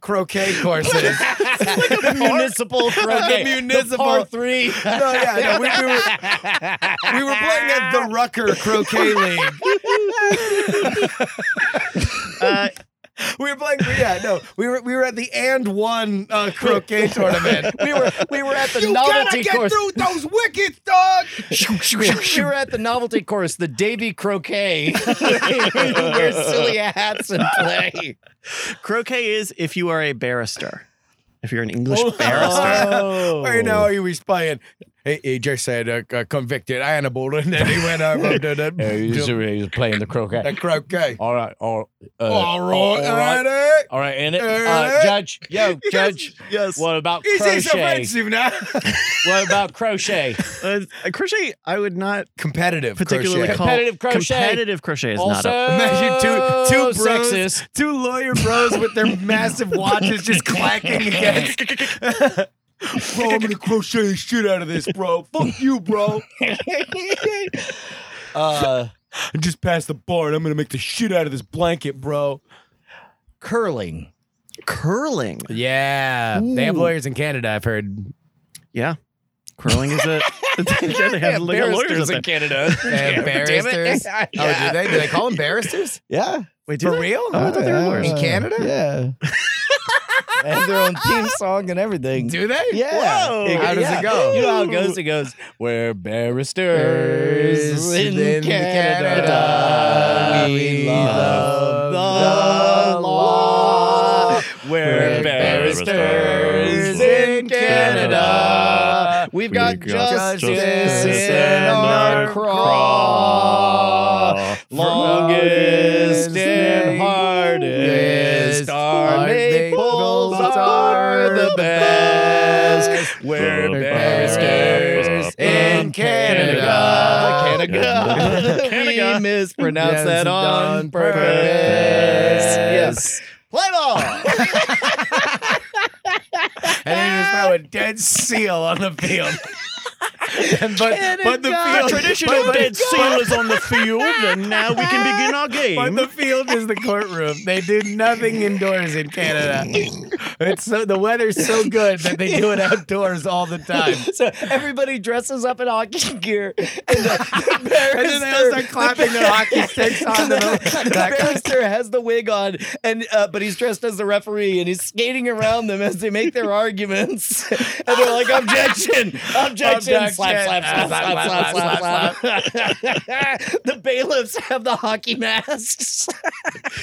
[SPEAKER 3] croquet courses.
[SPEAKER 2] The municipal croquet,
[SPEAKER 3] The
[SPEAKER 2] the
[SPEAKER 3] municipal-
[SPEAKER 2] par three.
[SPEAKER 3] no, yeah, no, we, we were we were playing at the Rucker Croquet League.
[SPEAKER 1] Uh,
[SPEAKER 3] We were playing, yeah, no, we were we were at the and one uh, croquet tournament.
[SPEAKER 2] we were we were at the
[SPEAKER 3] you gotta
[SPEAKER 2] novelty
[SPEAKER 3] get
[SPEAKER 2] course.
[SPEAKER 3] through those wickets, dog.
[SPEAKER 2] we we were at the novelty course, the Davy croquet. you wear silly hats and play.
[SPEAKER 1] croquet is if you are a barrister. If you're an English
[SPEAKER 3] Oh.
[SPEAKER 1] barrister.
[SPEAKER 3] Right now he was playing. He, he just said uh, uh, convicted Hannibal, and then he went over to the, to
[SPEAKER 2] playing the croquet.
[SPEAKER 3] the croquet.
[SPEAKER 2] All right. All, uh,
[SPEAKER 3] all right,
[SPEAKER 2] all right.
[SPEAKER 3] Eric.
[SPEAKER 2] All right. And it,
[SPEAKER 3] Uh,
[SPEAKER 2] uh, judge, yo, judge,
[SPEAKER 1] Yes.
[SPEAKER 2] what about
[SPEAKER 3] Is this
[SPEAKER 2] crochet?
[SPEAKER 3] offensive now?
[SPEAKER 2] What about crochet?
[SPEAKER 1] Uh, crochet I would not
[SPEAKER 3] Competitive,
[SPEAKER 1] particularly
[SPEAKER 3] crochet.
[SPEAKER 1] call
[SPEAKER 2] Competitive crochet.
[SPEAKER 1] Competitive crochet is
[SPEAKER 2] also,
[SPEAKER 1] not a
[SPEAKER 3] Imagine two- two bros-
[SPEAKER 2] sexist.
[SPEAKER 3] Two lawyer bros with their massive watches just clacking against. bro, I'm gonna crochet the shit out of this, bro. Fuck you, bro.
[SPEAKER 2] Uh,
[SPEAKER 3] I just passed the bar, and I'm gonna make the shit out of this blanket, bro.
[SPEAKER 2] curling.
[SPEAKER 1] curling.
[SPEAKER 3] Yeah, they have lawyers in Canada. I've heard.
[SPEAKER 1] Yeah. Curling is a yeah, they have like, lawyers up
[SPEAKER 2] barristers
[SPEAKER 1] there.
[SPEAKER 2] in Canada.
[SPEAKER 3] Damn, barristers.
[SPEAKER 2] Yeah.
[SPEAKER 3] Oh, do they? Do they call them barristers?
[SPEAKER 2] yeah.
[SPEAKER 1] Wait, do
[SPEAKER 3] For
[SPEAKER 1] they?
[SPEAKER 3] real?
[SPEAKER 1] Oh, I thought they were lawyers.
[SPEAKER 3] In Canada?
[SPEAKER 2] Yeah. they have their own theme song and everything.
[SPEAKER 3] Do they?
[SPEAKER 2] Yeah.
[SPEAKER 1] Whoa.
[SPEAKER 2] It-
[SPEAKER 3] How does it
[SPEAKER 2] yeah.
[SPEAKER 3] go?
[SPEAKER 2] You know how it goes? It goes, we're barristers in,
[SPEAKER 3] In
[SPEAKER 2] Canada.
[SPEAKER 3] Canada,
[SPEAKER 2] We
[SPEAKER 3] we
[SPEAKER 2] love
[SPEAKER 3] love
[SPEAKER 2] the
[SPEAKER 3] the
[SPEAKER 2] law.
[SPEAKER 3] law.
[SPEAKER 2] We're
[SPEAKER 3] We're
[SPEAKER 2] barristers
[SPEAKER 3] barristers
[SPEAKER 2] in
[SPEAKER 3] in
[SPEAKER 2] Canada.
[SPEAKER 3] Canada.
[SPEAKER 2] We've got
[SPEAKER 1] got
[SPEAKER 2] justice,
[SPEAKER 3] justice
[SPEAKER 2] in
[SPEAKER 3] in
[SPEAKER 2] our
[SPEAKER 3] our
[SPEAKER 2] craw. Longest and hardest our maples are the best. We're barristers in Canada. Canada.
[SPEAKER 1] Canada.
[SPEAKER 2] We mispronounced
[SPEAKER 3] Yes,
[SPEAKER 2] that
[SPEAKER 3] on
[SPEAKER 2] on purpose.
[SPEAKER 3] purpose.
[SPEAKER 2] Yes. Play ball.
[SPEAKER 3] And then just throw a dead seal on the field. and but, but the
[SPEAKER 1] The
[SPEAKER 3] field
[SPEAKER 1] tradition
[SPEAKER 3] but,
[SPEAKER 1] of
[SPEAKER 3] but-
[SPEAKER 1] dead seal is on the field, and now we can begin our
[SPEAKER 3] But
[SPEAKER 1] game.
[SPEAKER 3] the field is the courtroom. They do nothing indoors in Canada. It's so the weather's so good that they do it outdoors all the time.
[SPEAKER 2] so everybody dresses up in hockey gear. And the, the
[SPEAKER 3] And then they start
[SPEAKER 2] barrister,
[SPEAKER 3] clapping their hockey sticks on the,
[SPEAKER 2] the
[SPEAKER 3] back.
[SPEAKER 2] barrister has the wig on, and uh, but he's dressed as the referee, and he's skating around them as they make their arguments. And they're like, "Objection! Objection! Slap! Slap! Slap! Slap! Slap! Slap! slap. the bailiffs have the hockey masks.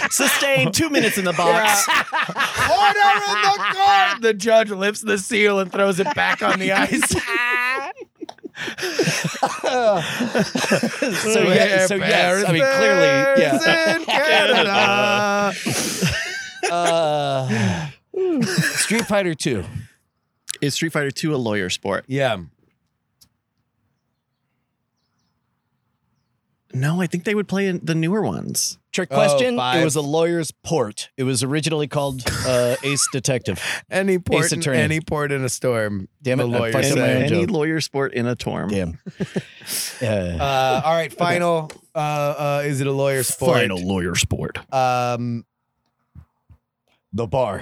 [SPEAKER 1] Sustained two minutes in the box.
[SPEAKER 3] Order in the court! The judge lifts the seal and throws it back on the ice.
[SPEAKER 2] so yeah, so yes, I mean clearly, yeah.
[SPEAKER 3] Barristers in Canada.
[SPEAKER 2] Uh, Street Fighter Two.
[SPEAKER 1] Is Street Fighter 2 a lawyer sport?
[SPEAKER 3] Yeah.
[SPEAKER 1] No, I think they would play in the newer ones.
[SPEAKER 2] Trick
[SPEAKER 3] Oh,
[SPEAKER 2] question.
[SPEAKER 3] five.
[SPEAKER 2] it was a lawyer's port. It was originally called uh, Ace Detective.
[SPEAKER 3] Any port,
[SPEAKER 2] Ace
[SPEAKER 3] in,
[SPEAKER 2] attorney.
[SPEAKER 3] any port in a storm.
[SPEAKER 2] Damn it,
[SPEAKER 3] the
[SPEAKER 2] I
[SPEAKER 3] lawyer
[SPEAKER 2] fucked up my
[SPEAKER 3] said.
[SPEAKER 2] own
[SPEAKER 1] Any
[SPEAKER 2] joke.
[SPEAKER 1] lawyer sport in a torm.
[SPEAKER 2] Damn. Uh,
[SPEAKER 3] Uh, all right, final. Uh, uh, is it a lawyer sport?
[SPEAKER 1] Final lawyer sport.
[SPEAKER 3] Um,
[SPEAKER 2] the bar.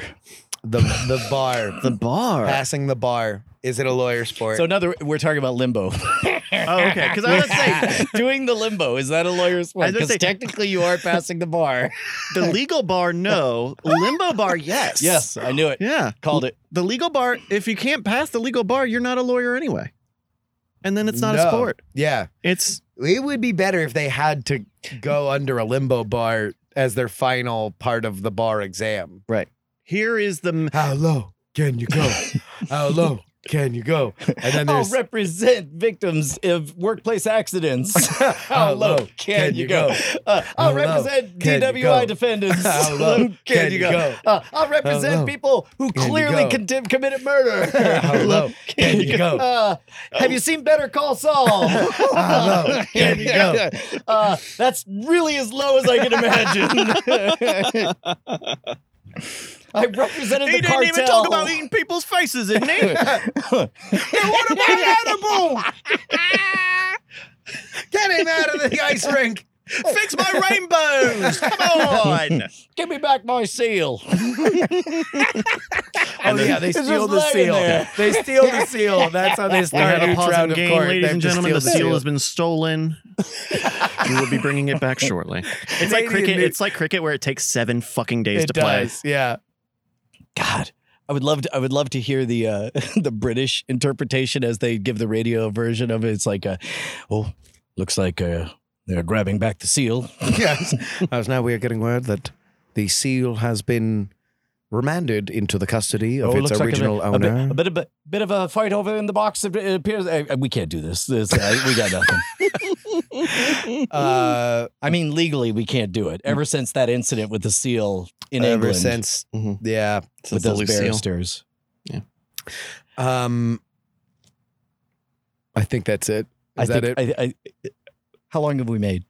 [SPEAKER 3] The the bar.
[SPEAKER 1] The bar.
[SPEAKER 3] Passing the bar. Is it a lawyer sport?
[SPEAKER 2] So another, we're talking about limbo.
[SPEAKER 1] Oh, okay. Because I was gonna say
[SPEAKER 2] doing the limbo is that a lawyer's
[SPEAKER 1] I
[SPEAKER 2] one?
[SPEAKER 1] was gonna
[SPEAKER 2] Because
[SPEAKER 1] say-
[SPEAKER 2] technically, you are passing the bar.
[SPEAKER 1] the legal bar, no. Limbo bar, yes.
[SPEAKER 2] yes, I knew it.
[SPEAKER 1] Yeah.
[SPEAKER 2] Called it.
[SPEAKER 1] The legal bar. If you can't pass the legal bar, you're not a lawyer anyway. And then it's not
[SPEAKER 3] No.
[SPEAKER 1] a sport.
[SPEAKER 3] yeah.
[SPEAKER 1] It's
[SPEAKER 3] It would be better if they had to go under a limbo bar as their final part of the bar exam.
[SPEAKER 1] here is the m-
[SPEAKER 3] How low can you go? How low can you go? And then
[SPEAKER 2] I'll
[SPEAKER 3] there's
[SPEAKER 2] represent victims of workplace accidents. How
[SPEAKER 3] How
[SPEAKER 2] low
[SPEAKER 3] low
[SPEAKER 2] can, you go? Uh,
[SPEAKER 3] How
[SPEAKER 2] I'll
[SPEAKER 3] low
[SPEAKER 2] represent
[SPEAKER 3] can you
[SPEAKER 2] DWI
[SPEAKER 3] go?
[SPEAKER 2] defendants.
[SPEAKER 3] How low can you go?
[SPEAKER 2] Uh, I'll represent
[SPEAKER 3] low
[SPEAKER 2] people who
[SPEAKER 3] can you
[SPEAKER 2] clearly
[SPEAKER 3] go?
[SPEAKER 2] condemn, committed murder.
[SPEAKER 3] How low can you go?
[SPEAKER 2] Uh, have you seen Better Call Saul?
[SPEAKER 3] How low can you go?
[SPEAKER 2] Uh, that's really as low as I can imagine. I represented
[SPEAKER 1] He
[SPEAKER 2] the
[SPEAKER 1] didn't
[SPEAKER 2] cartel.
[SPEAKER 1] even talk about eating people's faces, didn't he?
[SPEAKER 2] what about edible?
[SPEAKER 3] Get him out of the ice rink.
[SPEAKER 1] Fix my rainbows. Come on.
[SPEAKER 2] Give me back my seal.
[SPEAKER 3] Oh yeah, they
[SPEAKER 2] It's
[SPEAKER 3] steal
[SPEAKER 2] just
[SPEAKER 3] the
[SPEAKER 2] laying
[SPEAKER 3] seal.
[SPEAKER 2] there.
[SPEAKER 3] They steal the seal. That's how they
[SPEAKER 1] We
[SPEAKER 3] start
[SPEAKER 1] had
[SPEAKER 3] a
[SPEAKER 1] a
[SPEAKER 3] each
[SPEAKER 1] pause
[SPEAKER 3] round
[SPEAKER 1] and
[SPEAKER 3] of
[SPEAKER 1] game,
[SPEAKER 3] court. They
[SPEAKER 1] ladies
[SPEAKER 3] have
[SPEAKER 1] and
[SPEAKER 3] to
[SPEAKER 1] gentlemen. The
[SPEAKER 3] steal
[SPEAKER 1] seal has been stolen. we will be bringing it back shortly. It's like
[SPEAKER 3] Canadian
[SPEAKER 1] cricket.
[SPEAKER 3] news-
[SPEAKER 1] It's like cricket, where it takes seven fucking days
[SPEAKER 3] It
[SPEAKER 1] to play.
[SPEAKER 3] does. Yeah.
[SPEAKER 2] God, I would love to. I would love to hear the uh, the British interpretation as they give the radio version of it. It's like, uh, oh, looks like uh, they're grabbing back the seal.
[SPEAKER 3] yes. As now we are getting word that the seal has been remanded into the custody of
[SPEAKER 2] oh,
[SPEAKER 3] its original
[SPEAKER 2] a,
[SPEAKER 3] owner.
[SPEAKER 2] A bit, a bit, a bit of a fight over in the box. It appears uh, we can't do this. This, uh, we got nothing.
[SPEAKER 3] uh,
[SPEAKER 2] I mean, legally, we can't do it. Ever since that incident with the seal in
[SPEAKER 3] ever
[SPEAKER 2] England,
[SPEAKER 3] since,
[SPEAKER 1] Mhm.
[SPEAKER 3] yeah.
[SPEAKER 2] with
[SPEAKER 1] Since the
[SPEAKER 2] those
[SPEAKER 1] Lucille.
[SPEAKER 2] barristers.
[SPEAKER 3] Um, I think that's it. Is
[SPEAKER 2] I
[SPEAKER 3] that
[SPEAKER 2] think,
[SPEAKER 3] it?
[SPEAKER 2] I, I, how long have we made?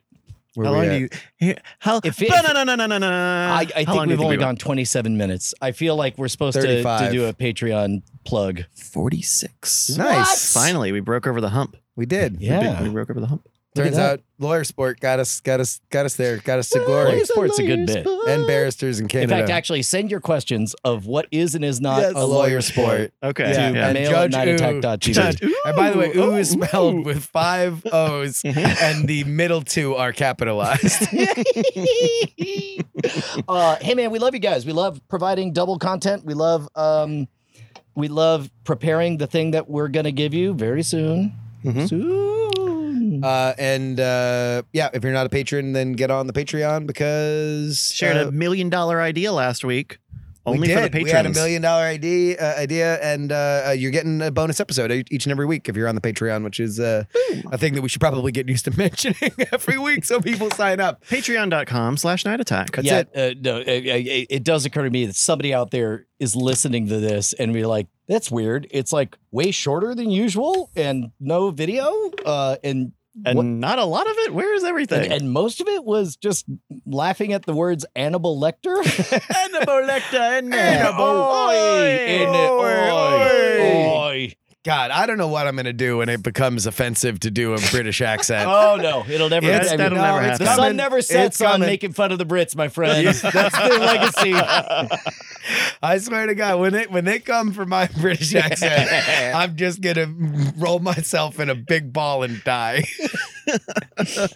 [SPEAKER 3] Where
[SPEAKER 1] How
[SPEAKER 3] we
[SPEAKER 1] long
[SPEAKER 3] at?
[SPEAKER 1] do you? here- How?
[SPEAKER 2] If it-
[SPEAKER 1] no, no, no, no, no, no.
[SPEAKER 2] I, I
[SPEAKER 1] Uh, How
[SPEAKER 2] think
[SPEAKER 1] long do you
[SPEAKER 2] we've only
[SPEAKER 1] we went?
[SPEAKER 2] gone 27 minutes. I feel like we're supposed to, to
[SPEAKER 3] 35.
[SPEAKER 2] do a Patreon plug.
[SPEAKER 1] 46.
[SPEAKER 3] Nice.
[SPEAKER 1] Finally, we broke over the hump.
[SPEAKER 3] We did.
[SPEAKER 1] We did-
[SPEAKER 2] Yeah.
[SPEAKER 1] We broke over the hump.
[SPEAKER 2] Look at
[SPEAKER 3] Turns
[SPEAKER 2] that.
[SPEAKER 3] out lawyer sport got us got us got us there, got us to
[SPEAKER 2] Lawyer
[SPEAKER 3] glory.
[SPEAKER 2] sport's a good bit.
[SPEAKER 3] And barristers in
[SPEAKER 2] In
[SPEAKER 3] Canada.
[SPEAKER 2] fact, actually, send your questions of what is and is not
[SPEAKER 3] Yes.
[SPEAKER 2] a lawyer sport.
[SPEAKER 1] Okay.
[SPEAKER 3] Yeah.
[SPEAKER 2] to
[SPEAKER 3] And
[SPEAKER 2] mail
[SPEAKER 3] Judge
[SPEAKER 2] at
[SPEAKER 3] Ooh.
[SPEAKER 2] nightattack.tv.
[SPEAKER 3] and by the way, ooh, Mm-hmm.
[SPEAKER 1] ooh,
[SPEAKER 3] is spelled
[SPEAKER 1] ooh.
[SPEAKER 3] with five O's,
[SPEAKER 1] Mhm.
[SPEAKER 3] and the middle two are capitalized.
[SPEAKER 2] uh, hey, man, we love you guys. We love providing double content. We love um, we love preparing the thing that we're going to give you very soon.
[SPEAKER 3] Mm-hmm. Hmm?
[SPEAKER 1] Mhm.
[SPEAKER 2] Soon.
[SPEAKER 3] uh, and uh, yeah, if you're not a patron, then get on the Patreon because
[SPEAKER 1] Shared
[SPEAKER 3] uh,
[SPEAKER 1] a million dollar idea last week. Only
[SPEAKER 3] we
[SPEAKER 1] for
[SPEAKER 3] did.
[SPEAKER 1] the patrons.
[SPEAKER 3] We had a million dollar idea, uh, idea, and uh, uh, you're getting a bonus episode e- each and every week if you're on the Patreon, which is uh, a thing that we should probably get used to mentioning every week so people sign up.
[SPEAKER 1] Patreon.com slash night attack.
[SPEAKER 2] yeah, Uh, no, it, it, it does occur to me that somebody out there is listening to this and be like, "That's weird. It's like way shorter than usual, and no video, uh, and
[SPEAKER 1] And
[SPEAKER 2] what-
[SPEAKER 1] not a lot of it. Where is everything?
[SPEAKER 2] and, and most of it was just laughing at the words Annabelle Lecter.
[SPEAKER 1] Annabelle Lecter and
[SPEAKER 3] Annabelle.
[SPEAKER 2] And, uh,
[SPEAKER 3] Oi.
[SPEAKER 2] oi.
[SPEAKER 3] God, I don't know what I'm gonna do when it becomes offensive to do a British accent.
[SPEAKER 2] Oh no, it'll never.
[SPEAKER 1] It's-
[SPEAKER 2] I mean,
[SPEAKER 1] that'll never
[SPEAKER 2] the
[SPEAKER 1] happen.
[SPEAKER 2] sun
[SPEAKER 3] coming.
[SPEAKER 2] never
[SPEAKER 3] It's
[SPEAKER 2] sets on
[SPEAKER 3] coming.
[SPEAKER 2] making fun of the Brits, my friend. That's their legacy.
[SPEAKER 3] I swear to God, when they when they come for my British accent, I'm just gonna roll myself in a big ball and die.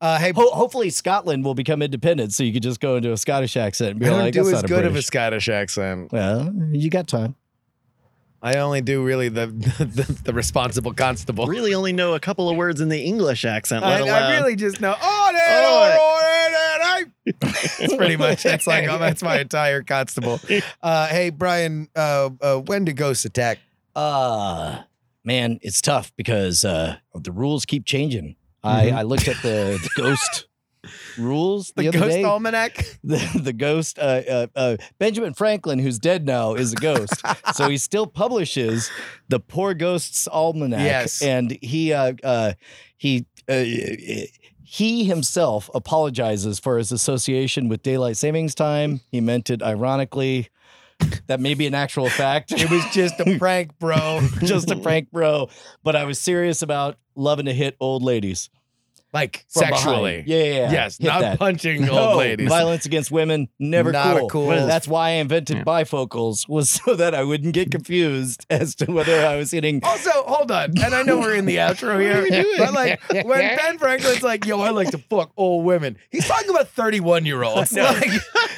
[SPEAKER 3] uh, hey,
[SPEAKER 2] Ho- hopefully, Scotland will become independent, so you could just go into a Scottish accent and be
[SPEAKER 3] I don't
[SPEAKER 2] like,
[SPEAKER 3] do
[SPEAKER 2] "That's
[SPEAKER 3] as
[SPEAKER 2] not a
[SPEAKER 3] good of a
[SPEAKER 2] British."
[SPEAKER 3] Scottish accent.
[SPEAKER 2] Well, you got time.
[SPEAKER 3] I only do really the the, the responsible constable.
[SPEAKER 1] really only know a couple of words in the English accent,
[SPEAKER 3] I,
[SPEAKER 1] let alone.
[SPEAKER 3] I really just know. Oh, That's pretty much. That's like oh, that's my entire constable. Uh, hey, Brian, uh, uh, when do ghosts attack?
[SPEAKER 2] Uh man, it's tough because uh the rules keep changing. I,
[SPEAKER 3] Mhm.
[SPEAKER 2] I looked at the, the ghost rules the,
[SPEAKER 3] The
[SPEAKER 2] other
[SPEAKER 3] ghost
[SPEAKER 2] day.
[SPEAKER 3] almanac.
[SPEAKER 2] the, the ghost uh, uh, uh, Benjamin Franklin, who's dead now, is a ghost, so he still publishes the Poor Ghosts Almanac.
[SPEAKER 3] Yes.
[SPEAKER 2] and he uh, uh, he. Uh, he himself apologizes for his association with daylight savings time. He meant it ironically. That may be an actual fact.
[SPEAKER 3] It was just a prank, bro.
[SPEAKER 2] just a prank, bro. But I was serious about loving to hit old ladies.
[SPEAKER 3] like
[SPEAKER 2] from behind.
[SPEAKER 3] sexually.
[SPEAKER 2] Yeah, yeah, yeah.
[SPEAKER 3] Yes,
[SPEAKER 2] Hit
[SPEAKER 3] not
[SPEAKER 2] that.
[SPEAKER 3] punching
[SPEAKER 2] No,
[SPEAKER 3] old ladies.
[SPEAKER 2] Violence against women, never
[SPEAKER 3] Not
[SPEAKER 2] cool.
[SPEAKER 3] cool.
[SPEAKER 1] What is
[SPEAKER 2] That's why I invented
[SPEAKER 1] Yeah.
[SPEAKER 2] bifocals was so that I wouldn't get confused as to whether I was hitting.
[SPEAKER 3] Also, hold on, and I know we're in the outro
[SPEAKER 2] What
[SPEAKER 3] here,
[SPEAKER 2] are we doing?
[SPEAKER 3] but like when Ben Franklin's like, "Yo, I like to fuck old women," he's talking about thirty-one-year-olds. Like,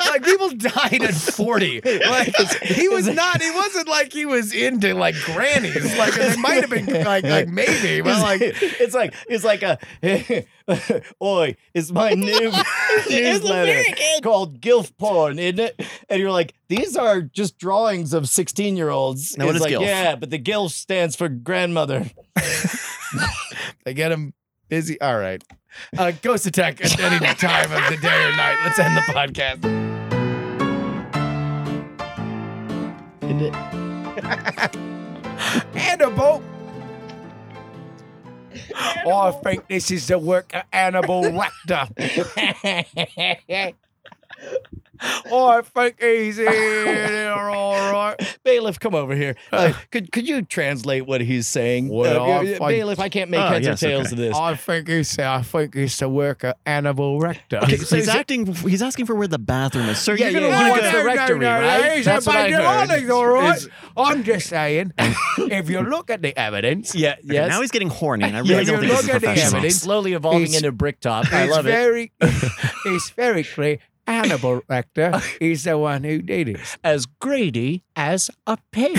[SPEAKER 3] like people died at forty. Like he was not. He wasn't like he was into like grannies. Like they might have been like like maybe, but
[SPEAKER 2] It's
[SPEAKER 3] like
[SPEAKER 2] it's like it's like a oi, it's my new newsletter called Gilf Porn, isn't it? And you're like, these are just drawings of 16 year olds.
[SPEAKER 1] Now, what is
[SPEAKER 2] like,
[SPEAKER 1] Gilf?
[SPEAKER 2] yeah, but the Gilf stands for grandmother.
[SPEAKER 3] they get him busy. All right, uh, ghost attack at any time of the day or night. Let's end the podcast. Annabelle. Oh, I think this is the work of Annabelle Raptor. Oh, I think he's in there, all right.
[SPEAKER 2] Bailiff, come over here. Uh, could could you translate what he's saying?
[SPEAKER 3] Well,
[SPEAKER 2] Uh,
[SPEAKER 3] I- I-
[SPEAKER 2] Bailiff, I can't make
[SPEAKER 1] Oh,
[SPEAKER 2] heads
[SPEAKER 1] yes,
[SPEAKER 2] or
[SPEAKER 1] okay.
[SPEAKER 2] tails of this.
[SPEAKER 3] I think he's. I think he's the work of Annabelle Raptor.
[SPEAKER 1] Okay, so he's acting. He's asking for where the bathroom is. Sir,
[SPEAKER 2] Yeah,
[SPEAKER 1] you're gonna look
[SPEAKER 2] yeah, yeah.
[SPEAKER 1] at-
[SPEAKER 2] wants the rectory, right?
[SPEAKER 3] he's
[SPEAKER 2] That's
[SPEAKER 3] up
[SPEAKER 2] what
[SPEAKER 3] in
[SPEAKER 2] I
[SPEAKER 3] your
[SPEAKER 2] heard.
[SPEAKER 3] hollings, all right.
[SPEAKER 2] Is-
[SPEAKER 3] I'm just saying, if you look at the evidence,
[SPEAKER 2] Yeah,
[SPEAKER 1] Okay,
[SPEAKER 2] yes.
[SPEAKER 1] Now he's getting horny, and I
[SPEAKER 3] Yeah,
[SPEAKER 1] really don't
[SPEAKER 3] you
[SPEAKER 1] think this is
[SPEAKER 3] look at the
[SPEAKER 1] professional.
[SPEAKER 3] evidence.
[SPEAKER 4] Slowly evolving
[SPEAKER 3] It's-
[SPEAKER 4] into Bricktop. I
[SPEAKER 3] it's
[SPEAKER 4] love it.
[SPEAKER 3] very, it's very clear. Annabelle Rector is the one who did it. uh,
[SPEAKER 4] As greedy as a pig.